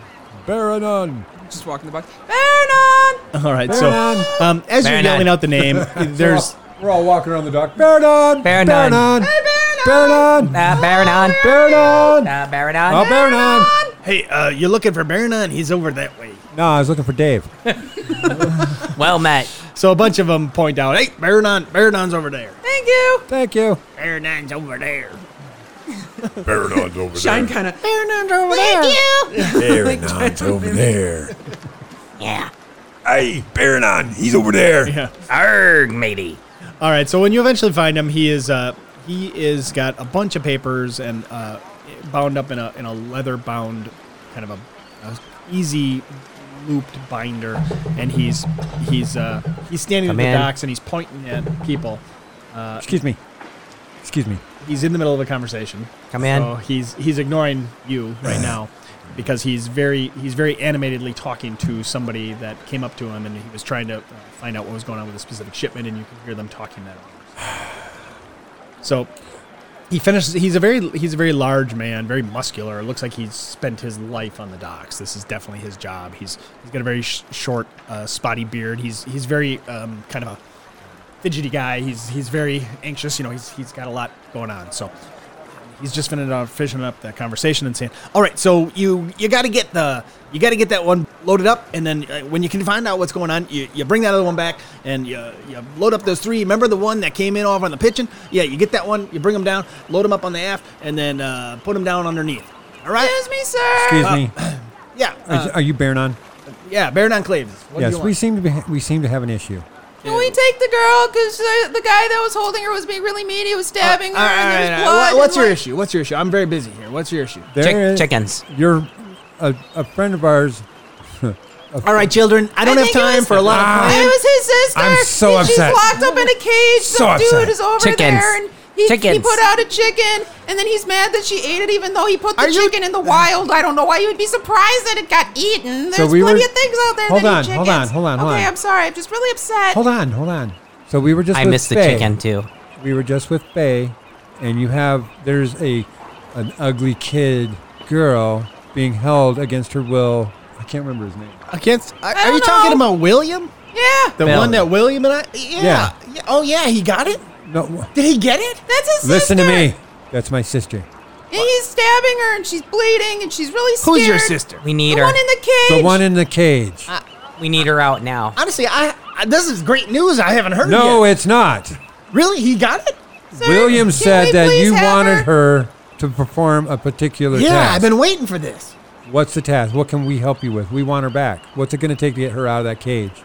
C: Baronon.
A: Just walking the box.
K: Vernon,
I: All right. So
C: Baron.
I: um, as you're
D: Baron.
I: yelling out the name, there's
C: we're all walking around the dock. Baronon,
D: Baronon.
C: Baronon, Baronon,
D: Uh, Baronon.
C: Baronon.
D: Uh, Baronon.
C: Oh, Baronon.
I: hey, uh, you're looking for Baronon. He's over that way.
C: No, I was looking for Dave.
D: Well met.
I: So a bunch of them point out, hey, Baronon, Baronon's over there.
K: thank you.
C: Thank you.
F: Baronon's over there.
J: Baronon's over
A: Shine
J: there.
A: kind of.
F: Thank you.
J: Baronon's over there.
F: Yeah.
J: Hey, Baronon, he's over there.
D: Arg, matey.
I: All right. So when you eventually find him, he is uh, he is got a bunch of papers and uh, bound up in a in a leather bound kind of a, a easy looped binder, and he's he's uh, he's standing
D: Come
I: at the
D: in.
I: docks and he's pointing at people.
C: Excuse me. Excuse me.
I: He's in the middle of a conversation.
D: Come in.
I: So he's he's ignoring you right now because he's very he's very animatedly talking to somebody that came up to him and he was trying to uh, find out what was going on with a specific shipment and you can hear them talking that. over. So he finishes he's a very he's a very large man, very muscular. It looks like he's spent his life on the docks. This is definitely his job. He's he's got a very sh- short uh, spotty beard. He's he's very um, kind of a fidgety guy. He's he's very anxious. You know, he's he's got a lot going on. So he's just finishing up, finishing up that conversation and saying, "All right, so you you got to get the you got to get that one loaded up, and then uh, when you can find out what's going on, you, you bring that other one back and you you load up those three. Remember the one that came in off on the pitching? Yeah, you get that one, you bring them down, load them up on the aft, and then uh, put them down underneath. All right?
K: Excuse me, sir.
C: Excuse me.
I: Yeah,
C: Is-
I: uh,
C: Are you Baronon?
I: yeah. Baron on Claves. What do
C: Yes,
I: you
C: we
I: want?
C: seem to be we seem to have an issue.
K: Can we take the girl? Because the, the guy that was holding her was being really mean. He was stabbing
I: All
K: her,
I: right, all
K: and
I: right,
K: there was
I: all right.
K: blood.
I: What- What's
K: and,
I: your
K: like-
I: issue? What's your issue? I'm very busy here. What's your issue?
C: There is-
D: chickens.
C: You're a, a friend of ours.
I: All right, children. I don't have
K: think it
I: time
K: was-
I: for a lot
C: Ah.
I: of
K: It
I: planning.
K: was his sister.
C: I'm so
K: and
C: upset.
K: She's locked up in a cage.
C: So
K: Some
C: upset.
K: dude is over
D: Chickens.
K: there, and he, he
D: Chickens.
K: put out a chicken, and then he's mad that she ate it, even though he put the
I: Are you-
K: chicken in the wild. I don't know why you would be surprised that it got eaten. There's
C: we
K: plenty
C: were-
K: of things out there
C: Hold
K: that
C: on,
K: eat
C: hold
K: chickens.
C: on, hold on, hold
K: okay,
C: on.
K: I'm sorry. I'm just really upset.
C: Hold on, hold on. So we were just.
D: I
C: with
D: missed the
C: Faye.
D: chicken too.
C: We were just with Faye, and you have there's a an ugly kid girl being held against her will. I can't remember his name.
I: Against? Are,
K: I
I: are you
K: don't
I: talking
K: know.
I: about William?
K: Yeah,
I: The
D: Bill.
I: one that William and I. Yeah.
C: Yeah.
I: Yeah. Oh yeah, he got it.
C: No, wha-
I: Did he get it?
K: that's his sister.
C: listen to me. That's my sister.
K: And he's stabbing her, and she's bleeding, and she's really scared.
I: Who's your sister?
D: We need
K: The
D: her.
K: one in the cage.
C: The one in the cage.
I: Uh,
D: we need her out now.
I: Honestly, I, I this is great news. I haven't heard.
C: no,
I: yet.
C: it's not.
I: really, he got it.
K: Sir,
C: William
K: can we
C: said that
K: please
C: you
K: have
C: wanted her to perform a particular
I: Yeah,
C: task.
I: I've been waiting for this.
C: What's the task? What can we help you with? We want her back. What's it going to take to get her out of that cage?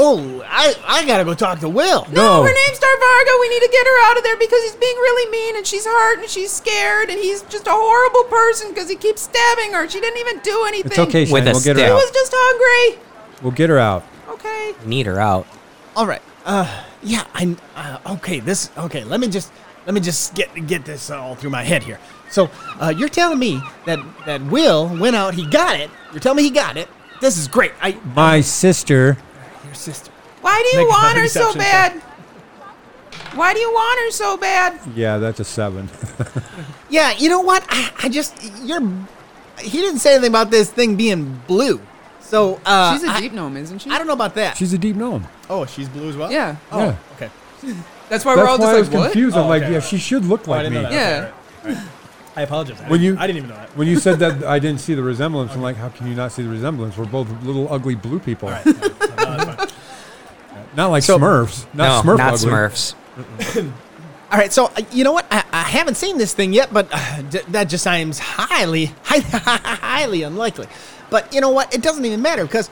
I: Oh, I I gotta go talk to Will.
K: No,
C: No.
K: her name's Darvargo. We need to get her out of there because he's being really mean and she's hurt and she's scared and he's just a horrible person because he keeps stabbing her. She didn't even do anything.
C: It's okay, Shane.
D: With a
C: We'll get her
D: stick.
K: She
C: out.
K: was just hungry.
C: We'll get her out.
K: Okay.
D: We need her out.
I: All right. Uh, yeah. I uh, okay. This okay. Let me just let me just get get this all through my head here. So uh, you're telling me that that Will went out. He got it. You're telling me he got it. This is great. I
C: My sister.
I: your sister.
K: Why do you
I: Make a
K: want her so
I: perception
K: bad? Why do you want her so bad?
C: Yeah, that's a seven.
I: Yeah, you know what? I, I just you're. He didn't say anything about this thing being blue, so uh,
A: She's a
I: I-
A: deep gnome, isn't she?
I: I, don't know about that.
C: She's a deep gnome.
I: oh, she's blue as well.
A: Yeah.
I: Oh,
C: Yeah.
I: okay.
A: That's why we're all
C: That's why I was
A: just like, what?
C: confused. I'm
I: Oh,
C: like,
I: okay.
C: yeah, she should look
I: Oh, I
C: like
I: didn't
C: me.
I: know that.
A: Yeah.
I: Okay, all right, all right. I apologize. I
C: When
I: didn't-
C: you-
I: I didn't even know that.
C: When you said that, I didn't see the resemblance. I'm like, how can you not see the resemblance? We're both little ugly blue people.
I: All right, all right, no, that's fine.
C: Not like
I: So-
C: Smurfs. Not
D: no,
C: Smurf
D: not
C: ugly.
D: Smurfs.
I: All right, so uh, you know what? I, I haven't seen this thing yet, but uh, d- that just seems highly, highly, highly unlikely. But you know what? It doesn't even matter because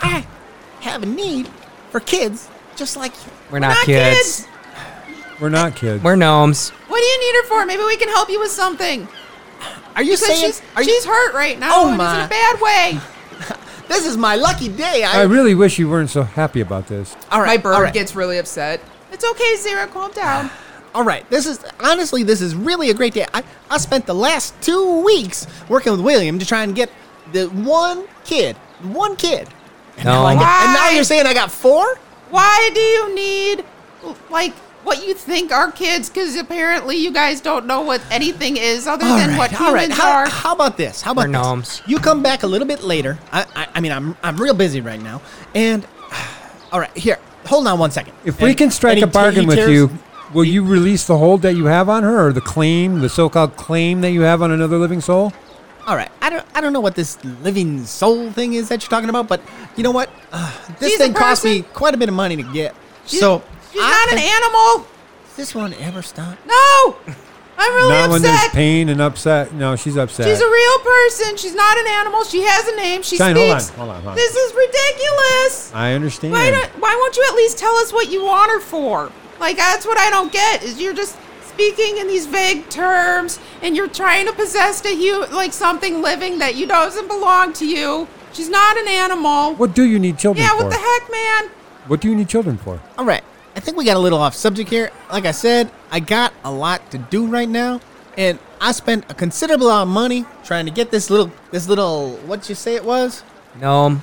I: I have a need for kids just like you.
D: We're not,
K: Not
D: kids.
K: kids.
C: We're not kids.
D: We're gnomes.
K: What do you need her for? Maybe we can help you with something.
L: Are you
K: because
L: saying?
K: she's,
L: are you-
K: she's hurt right now?
L: Oh
K: and it's in
L: my.
K: a bad way.
L: this is my lucky day. I,
C: I really wish you weren't so happy about this.
L: all right.
A: My bird
L: all right.
A: gets really upset.
K: It's okay, Zero. Calm down.
L: All right, this is honestly, this is really a great day. I, I spent the last two weeks working with William to try and get the one kid, one kid. And, now,
D: No.
L: I got, and now
K: Why?
L: you're saying I got four?
K: Why do you need like what you think are kids? Because apparently you guys don't know what anything is other
L: All
K: than
L: right,
K: what
L: all right.
K: humans
L: How,
K: are.
L: how about this? How about
D: We're
L: this?
D: gnomes.
L: You come back a little bit later. I, I, I mean, I'm, I'm real busy right now. And all right, here, hold on one second.
C: If we
L: And-
C: can
L: and
C: strike
L: he
C: a bargain
L: te- he
C: with
L: tears-
C: you, will you release the hold that you have on her, or the claim, the so-called claim that you have on another living soul?
L: All right, I don't, I don't know what this living soul thing is that you're talking about, but you know what? Uh, this
K: She's a
L: thing cost me
K: person.
L: quite a bit of money to get. so
K: She's
L: I
K: not an
L: think-
K: animal.
L: Does this one ever stop?
K: No, I'm really
C: not when there's
K: upset.
C: pain and upset. No, she's upset.
K: She's a real person. She's not an animal. She has a name. She
C: Shine, hold on,
K: speaks.
C: hold on, Hmm. hold on.
K: This is ridiculous.
C: I understand.
K: Why don't, Why won't you at least tell us what you want her for? Like that's what I don't get. Is you're just speaking in these vague terms, and you're trying to possess a hu like something living that you doesn't belong to you. She's not an animal.
C: What do you need children
K: yeah,
C: for?
K: what the heck, man?
C: What do you need children for?
L: All right, I think we got a little off subject here. Like I said, I got a lot to do right now, and I spent a considerable amount of money trying to get this little, this little, what you say it was,
D: Gnome.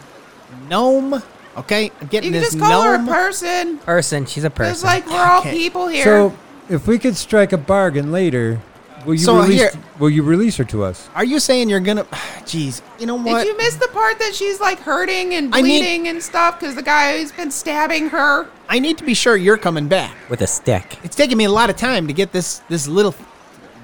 L: gnome. Okay, I'm
K: You
L: getting
K: can
L: this
K: just call her a
L: gnome.
K: person.
D: Person. She's a person.
K: It's like we're all
L: Okay.
K: people here.
C: So, if we could strike a bargain later, will you
L: So,
C: release?
L: here-
C: Will you release her to us?
L: Are you saying you're gonna? Jeez, you know
K: Did
L: what?
K: you miss the part that she's like hurting and
L: I need-
K: bleeding and stuff because the guy who's been stabbing her?
L: I need to be sure you're coming back.
D: with a stick.
L: It's taking me a lot of time to get this this little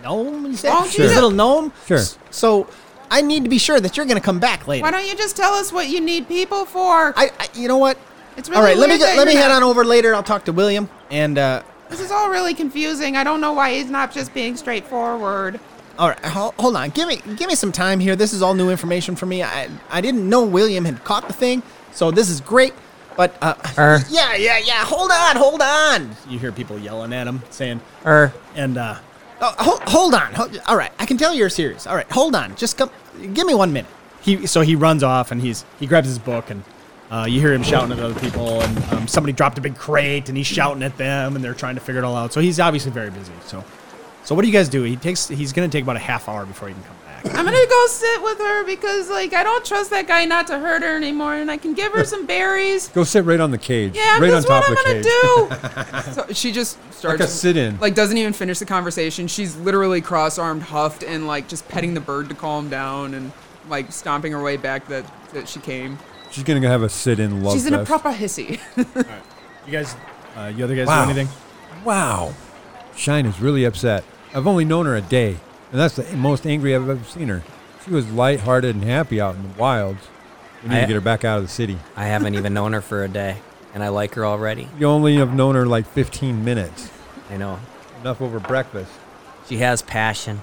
L: gnome. You said
K: Won't you
L: this
K: Sure.
L: little gnome.
C: Sure.
L: S- So I need to be sure that you're gonna come back later.
K: Why don't you just tell us what you need people for?
L: I, I you know what?
K: it's
L: all right, let me
K: weird
L: go,
K: that
L: let me
K: you're
L: head
K: not-
L: on over later. I'll talk to William and uh,
K: This is all really confusing. I don't know why he's not just being straightforward.
L: all right, hol- hold on. Give me give me some time here. This is all new information for me. I I didn't know William had caught the thing, so this is great. But uh,
D: Er.
L: yeah, yeah, yeah. Hold on, hold on.
I: You hear people yelling at him, saying,
D: Er.
I: and uh,
L: Oh, hold, hold on. Hold, all right, I can tell you're serious. All right, hold on. Just come. Give me one minute.
I: he so he runs off and he's he grabs his book and uh, you hear him shouting at other people and um, somebody dropped a big crate and he's shouting at them and they're trying to figure it all out. So he's obviously very busy. So so what do you guys do? He takes he's gonna take about a half hour before he can come back.
K: I'm gonna go sit with her because, like, I don't trust that guy not to hurt her anymore, and I can give her some berries.
C: Go sit right on the cage.
K: Yeah,
C: right on
K: that's
C: top
K: what I'm
C: of the
K: gonna
C: cage.
K: do.
A: So she just starts
C: Like a sit-in.
A: Like doesn't even finish the conversation. She's literally cross-armed, huffed, and like just petting the bird to calm down, and like stomping her way back that that she came.
C: She's gonna have a sit-in love
A: She's in a
C: fest.
A: proper hissy.
I: You guys, uh, you other guys
J: Wow.
I: do anything?
J: Wow.
C: Shine is really upset. I've only known her a day, and that's the most angry I've ever seen her. She was lighthearted and happy out in the wilds. We need
D: I-
C: to get her back out of the city.
D: I haven't even known her for a day, and I like her already.
C: You only have known her like 15 minutes.
D: I know.
C: Enough over breakfast.
D: She has passion.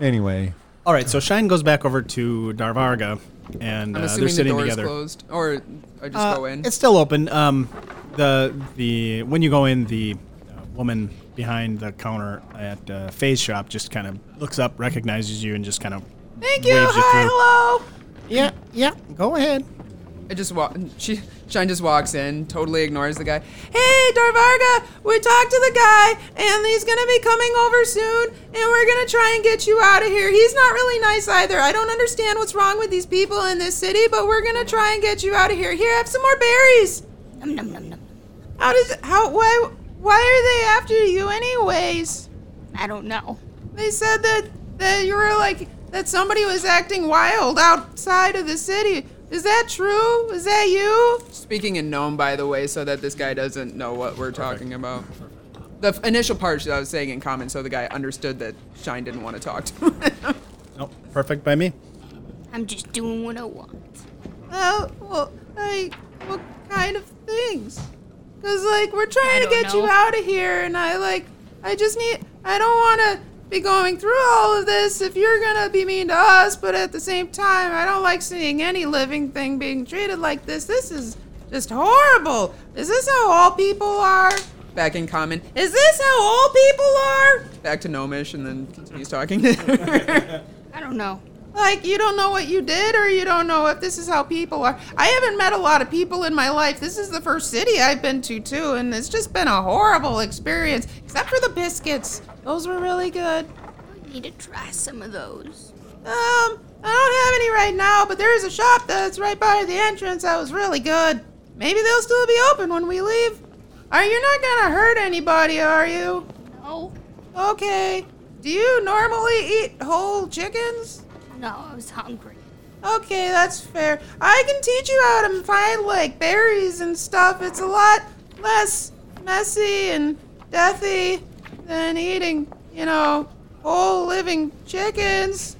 C: Anyway,
I: All right, so Shine goes back over to Darvarga and
A: I'm
I: uh,
A: assuming
I: they're
A: the
I: sitting
A: door
I: together.
A: is closed, or I just
I: Uh,
A: go in.
I: It's still open. Um, the the when you go in, the uh, woman behind the counter at uh, Faye's shop just kind of looks up, recognizes you, and just kind of
K: Thank you.
I: Waves you
K: Hi,
I: through.
K: hello.
L: Yeah, yeah. Go ahead.
A: I just walk. She Shine just walks in, totally ignores the guy. Hey, Darvarga, we talked to the guy, and he's gonna be coming over soon, and we're gonna try and get you out of here. He's not really nice either. I don't understand what's wrong with these people in this city, but we're gonna try and get you out of here. Here, have some more berries.
F: Nom, nom, nom, nom.
K: How does how why why are they after you anyways?
E: I don't know.
K: They said that that you were like that somebody was acting wild outside of the city. Is that true? Is that you?
A: Speaking in gnome, by the way, so that this guy doesn't know what we're talking about. The f- initial part I was saying in common, so the guy understood that Shine didn't want to talk to him.
I: nope, perfect by me.
E: I'm just doing what I want.
K: Oh, well, like what kind of things? Cause like we're trying
E: I
K: to
E: don't
K: get
E: know.
K: you out of here, and I like I just need I don't want to be going through all of this if you're gonna be mean to us, but at the same time I don't like seeing any living thing being treated like this. This is just horrible. Is this how all people are?
M: back in common. Is this how old people are? Back to Gnomish and then continues talking.
E: I don't know.
K: Like, you don't know what you did, or you don't know if this is how people are. I haven't met a lot of people in my life. This is the first city I've been to, too, and it's just been a horrible experience, except for the biscuits. Those were really good.
E: I need to try some of those.
K: Um, I don't have any right now, but there is a shop that's right by the entrance that was really good. Maybe they'll still be open when we leave. Are you not gonna hurt anybody, are you?
E: No.
K: Okay. Do you normally eat whole chickens?
E: No, I was hungry.
K: Okay, that's fair. I can teach you how to find like berries and stuff. It's a lot less messy and deathy than eating, you know, whole living chickens.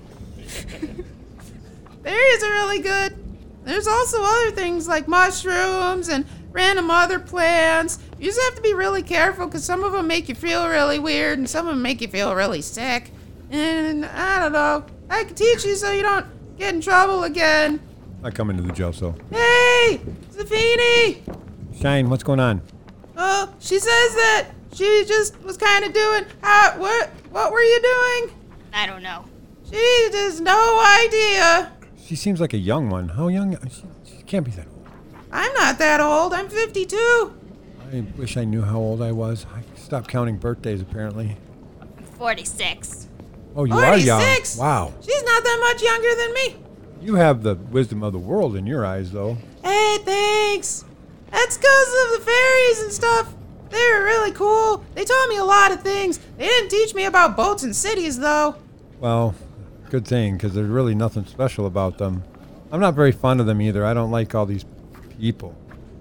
K: berries are really good. There's also other things like mushrooms and random other plants. You just have to be really careful because some of them make you feel really weird and some of them make you feel really sick. And I don't know. I can teach you so you don't get in trouble again.
C: I come into the jail cell.
K: Hey, Zafini!
C: Shane, what's going on?
K: Oh, she says that she just was kind of doing how what what were you doing?
E: I don't know.
K: She has no idea.
C: She seems like a young one. How young? She, she can't be that old.
K: I'm not that old. I'm 52.
C: I wish I knew how old I was. I stopped counting birthdays apparently.
E: I'm 46.
C: Oh, you are young.
K: 46?
C: Wow.
K: She's not that much younger than me.
C: You have the wisdom of the world in your eyes, though.
K: Hey, thanks. That's because of the fairies and stuff. They were really cool. They taught me a lot of things. They didn't teach me about boats and cities, though.
C: Well, good thing, because there's really nothing special about them. I'm not very fond of them either. I don't like all these people.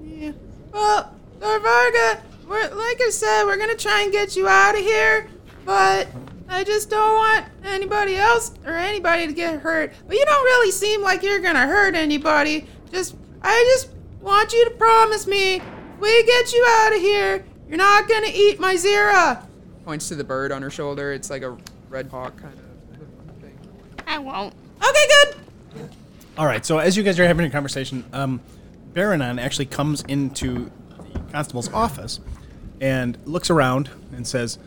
K: Yeah. Well, Norvarga, Oh, we're, like I said, we're gonna try and get you out of here, but I just don't want anybody else or anybody to get hurt. But you don't really seem like you're gonna hurt anybody. Just, I just want you to promise me, if we get you out of here, you're not gonna eat my Zira.
M: Points to the bird on her shoulder. It's like a red hawk kind of thing.
E: I won't.
K: Okay, good.
N: All right. So as you guys are having a conversation, um, Baronon actually comes into the constable's office and looks around and says,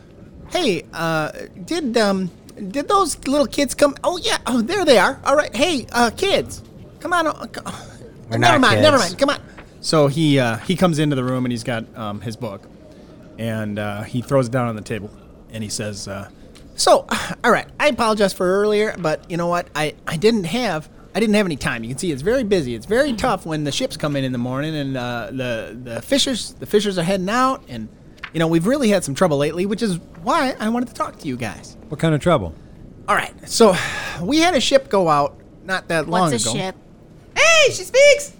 I: Hey, uh, did um, did those little kids come? Oh yeah, oh there they are. All right, hey, uh, kids, come on. uh, c-
N: We're
I: never
N: not
I: mind, never
N: kids.
I: mind. Come on.
N: So he uh, he comes into the room and he's got um, his book, and uh, he throws it down on the table, and he says, uh,
I: So, all right, I apologize for earlier, but you know what? I, I didn't have I didn't have any time. You can see it's very busy. It's
E: Mm-hmm.
I: very tough when the ships come in in the morning and uh, the the fishers the fishers are heading out, and you know we've really had some trouble lately, which is why I wanted to talk to you guys.
C: What kind of trouble?
I: All right, so we had a ship go out not that long
E: What's a
I: ago.
E: ship?
K: Hey, she speaks.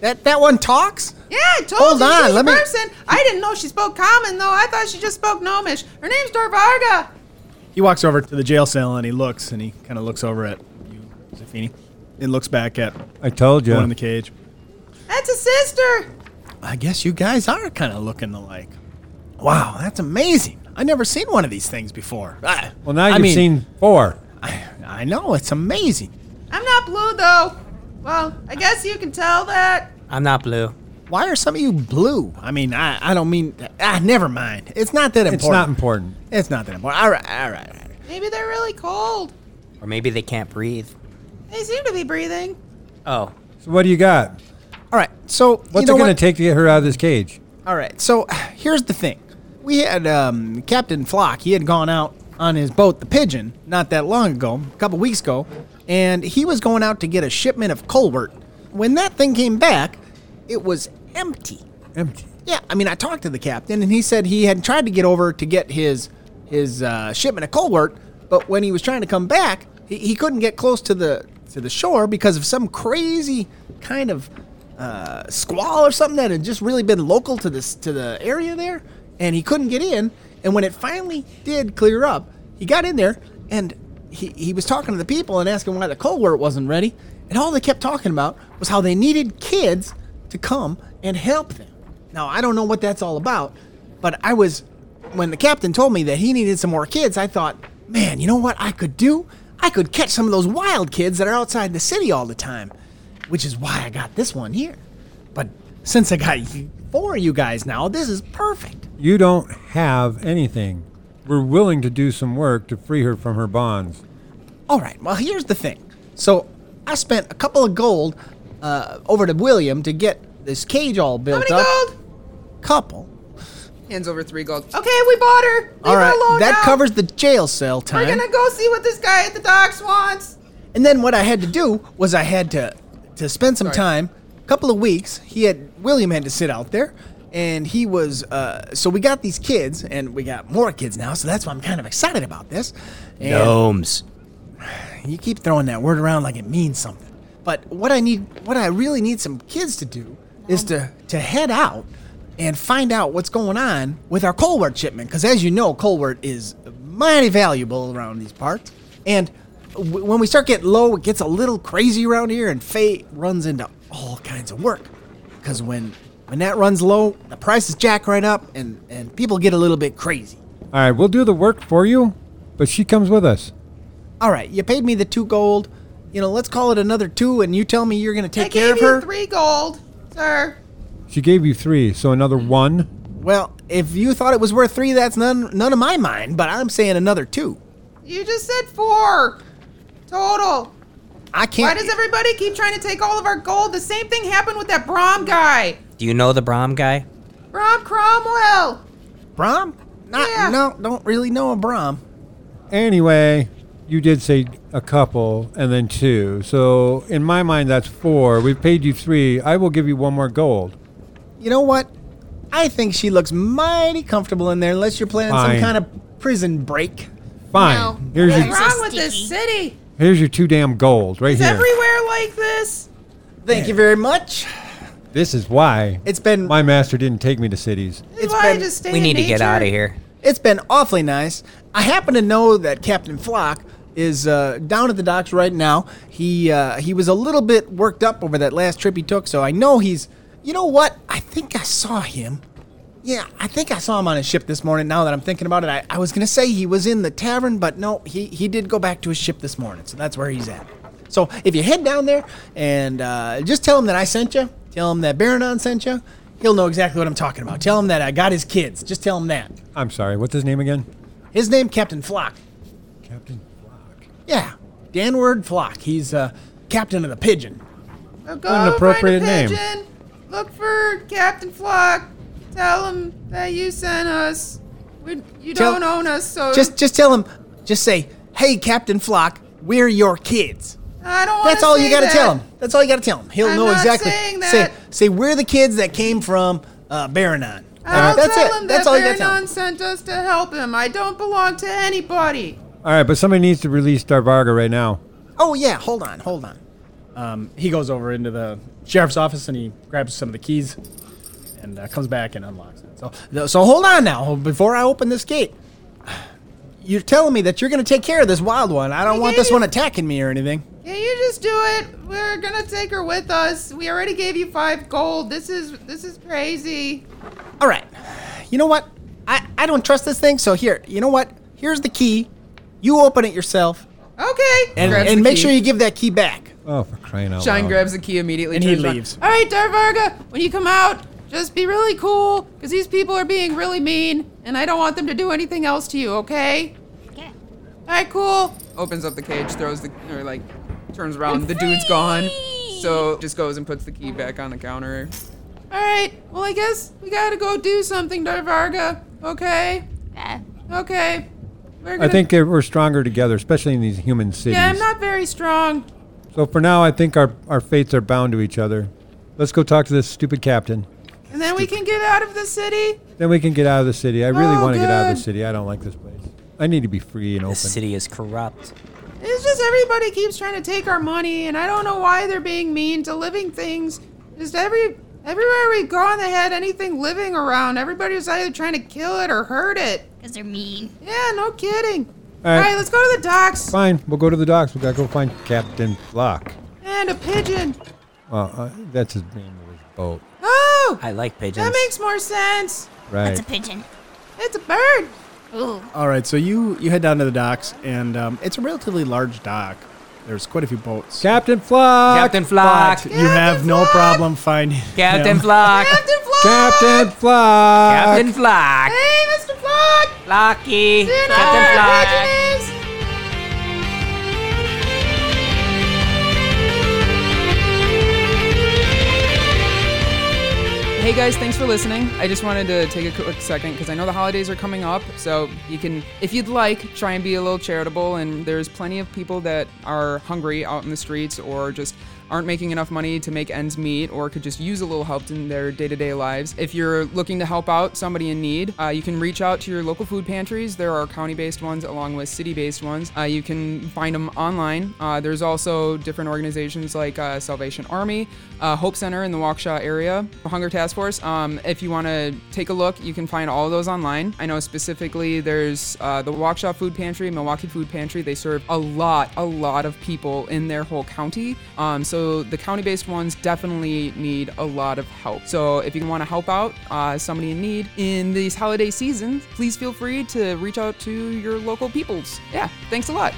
I: That that one talks.
K: Yeah, I told
I: Hold
K: you
I: on,
K: she was
I: let me-
K: person. I didn't know she spoke common though. I thought she just spoke gnomish. Her name's Dorvarga.
N: He walks over to the jail cell and he looks and he kind of looks over at you, Zafini, and looks back at
C: I told
N: the
C: you.
N: one in the cage.
K: That's a sister.
N: I guess you guys are kind of looking alike. Wow, that's amazing. I never seen one of these things before. I,
C: Well, now
N: I
C: you've
N: mean-
C: seen four.
N: I know it's amazing.
K: I'm not blue though. Well, I guess you can tell that.
D: I'm not blue.
I: Why are some of you blue? I mean, I, I don't mean ah. Never mind. It's not that important.
C: It's not important.
I: It's not that important. All right, all right, all right.
K: Maybe they're really cold.
D: Or maybe they can't breathe.
K: They seem to be breathing.
D: Oh,
C: So what do you got?
I: All right. So
C: What's
I: you know
C: it going
I: what?
C: to take to get her out of this cage?
I: All right. So here's the thing. We had um, Captain Flock. He had gone out on his boat, the Pigeon, not that long ago, a couple weeks ago, and he was going out to get a shipment of colwort. When that thing came back, it was empty.
C: Empty.
I: Yeah, I mean, I talked to the captain, and he said he had tried to get over to get his his uh, shipment of colwort, but when he was trying to come back, he, he couldn't get close to the to the shore because of some crazy kind of uh, squall or something that had just really been local to this to the area there, and he couldn't get in. And when it finally did clear up, he got in there and he, he was talking to the people and asking why the colwort wasn't ready, and all they kept talking about was how they needed kids to come and help them. Now, I don't know what that's all about, but I was, when the captain told me that he needed some more kids, I thought, man, you know what I could do? I could catch some of those wild kids that are outside the city all the time, which is why I got this one here. But since I got you- four of you guys now, this is perfect.
C: You don't have anything. We're willing to do some work to free her from her bonds.
I: All right. Well, here's the thing. So I spent a couple of gold uh, over to William to get this cage all built
K: many
I: up. Couple.
K: Hands over three gold. Okay, we bought her. Leave
I: all right.
K: her alone
I: that
K: now.
I: covers the jail cell
K: We're
I: time.
K: gonna go see what this guy at the docks wants.
I: And then what I had to do was I had to to spend some
K: Sorry.
I: time, a couple of weeks. He had William had to sit out there, and he was uh, so we got these kids, and we got more kids now. So that's why I'm kind of excited about this. And
D: Gnomes.
I: You keep throwing that word around like it means something. But what I need, what I really need some kids to do is to to head out and find out what's going on with our Colwert shipment. Because as you know, Colwert is mighty valuable around these parts. And w- when we start getting low, it gets a little crazy around here, and Faye runs into all kinds of work. Because when when that runs low, the prices jack right up, and and people get a little bit crazy.
C: All right, we'll do the work for you, but she comes with us.
I: All right, you paid me the two gold. You know, let's call it another two, and you tell me you're going to take
K: I
I: care
K: gave
I: of
K: you
I: her.
K: three gold, sir.
C: She gave you three, so another one.
I: Well, if you thought it was worth three, that's none none of my mind. But I'm saying another two.
K: You just said four total.
I: I
K: Why
I: can't.
K: does everybody keep trying to take all of our gold? The same thing happened with that Brom guy.
D: Do you know the Brahm guy?
K: Brom Cromwell.
I: Brom? Not,
K: Yeah.
I: No, don't really know a Brom.
C: Anyway, you did say a couple and then two. So in my mind, that's four. We've paid you three. I will give you one more gold.
I: You know what? I think she looks mighty comfortable in there, unless you're planning
C: Fine.
I: some kind of prison break.
C: Fine.
E: No.
C: Here's
K: What's
C: your
K: wrong with this city?
C: here's your two damn gold right
K: It's
C: here.
K: everywhere like this.
I: Thank you very much.
C: This is why
I: It's been
C: my master didn't take me to cities.
K: This is
I: It's
K: why I
I: been-
K: just stay
D: We
K: in
D: need to get
K: nature.
D: out of here.
I: It's been awfully nice. I happen to know that Captain Flock is uh, down at the docks right now. He uh, he was a little bit worked up over that last trip he took, so I know he's. You know what? I think I saw him. Yeah, I think I saw him on his ship this morning. Now that I'm thinking about it, I, I was gonna say he was in the tavern, but no, he he did go back to his ship this morning, so that's where he's at. So if you head down there and uh, just tell him that I sent you, tell him that Baronon sent you, he'll know exactly what I'm talking about. Tell him that I got his kids. Just tell him that.
C: I'm sorry. What's his name again?
I: His name Captain Flock.
C: Captain.
I: Yeah, Danward Flock. He's uh, captain of the Pigeon.
K: Now go
C: What an appropriate
K: find a
C: name.
K: pigeon. Look for Captain Flock. Tell him that you sent us. We, you
I: Tell-
K: don't own us, so
I: Just, just tell him. Just say, "Hey, Captain Flock, we're your kids."
K: I don't. wanna
I: That's all you
K: say
I: got to
K: that.
I: tell him. That's all you got to tell him. He'll
K: I'm
I: know
K: not
I: exactly.
K: saying
I: Say,
K: that.
I: say, we're the kids that came from uh, Baranon.
K: I'll
I: That's
K: tell
I: it.
K: him
I: That's
K: that
I: all you got to tell him.
K: Varanon sent us to help him. I don't belong to anybody.
C: All right, but somebody needs to release Darvarga right now.
I: Oh yeah, hold on, hold on.
B: Um, he goes over into the sheriff's office and he grabs some of the keys and uh, comes back and unlocks it. So
I: No, So hold on now. Before I open this gate, you're telling me that you're going to take care of this wild one. I don't want this one attacking me or anything.
K: Can you just do it? We're gonna take her with us. We already gave you five gold. This is this is crazy.
I: All right. You know what? I, I don't trust this thing, so here, you know what? Here's the key. You open it yourself
K: Okay.
I: and,
K: Grabs
I: and
K: the
I: make
K: key.
I: sure you give that key back.
C: Oh, for crying out
K: Shine
C: loud.
K: grabs the key immediately
B: Um, And he
K: turns around.
B: leaves.
K: All right, Darvarga, when you come out, just be really cool because these people are being really mean, and I don't want them to do anything else to you. Okay?
E: Okay.
K: All right, cool. Opens up the cage, throws the or like turns around. the dude's gone. So just goes and puts the key back on the counter. All right. Well, I guess we gotta go do something, Darvarga. Okay.
E: Okay.
K: Okay. We're
C: I think uh, we're stronger together, especially in these human cities.
K: Yeah, I'm not very strong.
C: so for now, I think our, our fates are bound to each other. Let's go talk to this stupid captain.
K: And then we can get out of the city.
C: Then we can get out of the city. I really
K: Oh,
C: want to get out of the
K: good.
C: city. I don't like this place. I need to be free and open.
D: The city is corrupt.
K: It's just everybody keeps trying to take our money, and I don't know why they're being mean to living things. Just every everywhere we go, they had anything living around. Everybody's either trying to kill it or hurt it.
E: Because they're mean.
K: Yeah, no kidding.
C: All right.
K: All right, let's go to the docks
C: Fine, we'll go to the docks. We gotta go find Captain Flock.
K: and a pigeon.
C: Uh, uh, that's his name of his boat,
K: Oh,
D: I like pigeons.
K: that makes more sense.
C: right?
E: That's a pigeon.
K: It's a bird.
E: Ooh.
B: All right, so you you head down to the docks, and um, it's a relatively large dock. There's quite a few boats.
C: Captain Flock.
D: Captain Flock.
B: you have no
K: Flock!
B: problem finding
D: Captain
B: him.
D: Flock.
K: Captain Flock.
C: Captain Flock.
D: Captain Flock.
K: Hey, Mr. Flock.
D: Flocky.
K: Dinner,
D: Captain Flock.
K: pigeons.
A: Hey guys, thanks for listening. I just wanted to take a quick second because I know the holidays are coming up, so you can, if you'd like, try and be a little charitable. And there's plenty of people that are hungry out in the streets or just aren't making enough money to make ends meet or could just use a little help in their day to day lives. If you're looking to help out somebody in need, uh, you can reach out to your local food pantries. There are county based ones along with city based ones. Uh, you can find them online. Uh, there's also different organizations like uh, Salvation Army, uh, Hope Center in the Waukesha area, Hunger Task Force. Um, if you want to take a look, you can find all of those online. I know specifically there's uh, the Waukesha Food Pantry, Milwaukee Food Pantry. They serve a lot, a lot of people in their whole county. Um, so the county based ones definitely need a lot of help. So if you want to help out uh, somebody in need in these holiday seasons, please feel free to reach out to your local peoples. Yeah, thanks a lot.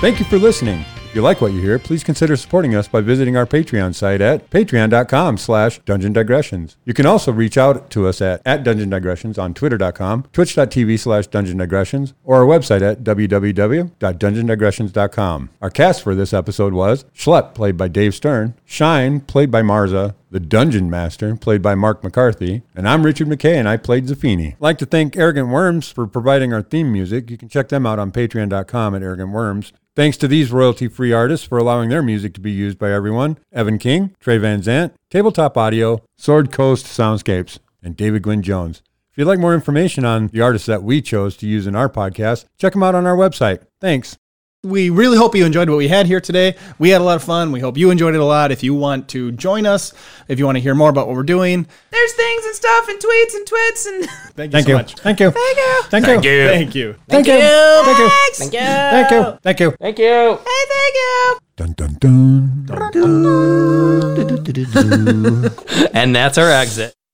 C: Thank you for listening. If you like what you hear, please consider supporting us by visiting our Patreon site at patreon.com slash dungeon digressions. You can also reach out to us at, at dungeon digressions on twitter.com, twitch.tv slash dungeon digressions, or our website at www.dungeondigressions.com. Our cast for this episode was Schlep, played by Dave Stern, Shine, played by Marza, the Dungeon Master, played by Mark McCarthy, and I'm Richard McKay, and I played Zaffini. I'd like to thank Arrogant Worms for providing our theme music. You can check them out on patreon.com at Arrogant Worms. Thanks to these royalty free artists for allowing their music to be used by everyone Evan King, Trey Van Zant, Tabletop Audio, Sword Coast Soundscapes, and David Gwynn Jones. If you'd like more information on the artists that we chose to use in our podcast, check them out on our website. Thanks.
I: we really hope you enjoyed what we had here today. We had a lot of fun. We hope you enjoyed it a lot. If you want to join us, if you want to hear more about what we're doing,
A: There's things and stuff and tweets and twits and.
I: thank you
C: Thank
I: so
C: you.
I: much.
C: Thank you.
A: Thank you.
C: Thank
I: Thank
C: you.
I: you. Thank you.
C: Thank you. Thank you.
A: Thank you.
C: Thank you. Thank you.
D: Thank you.
A: Hey, thank you.
D: and that's our exit.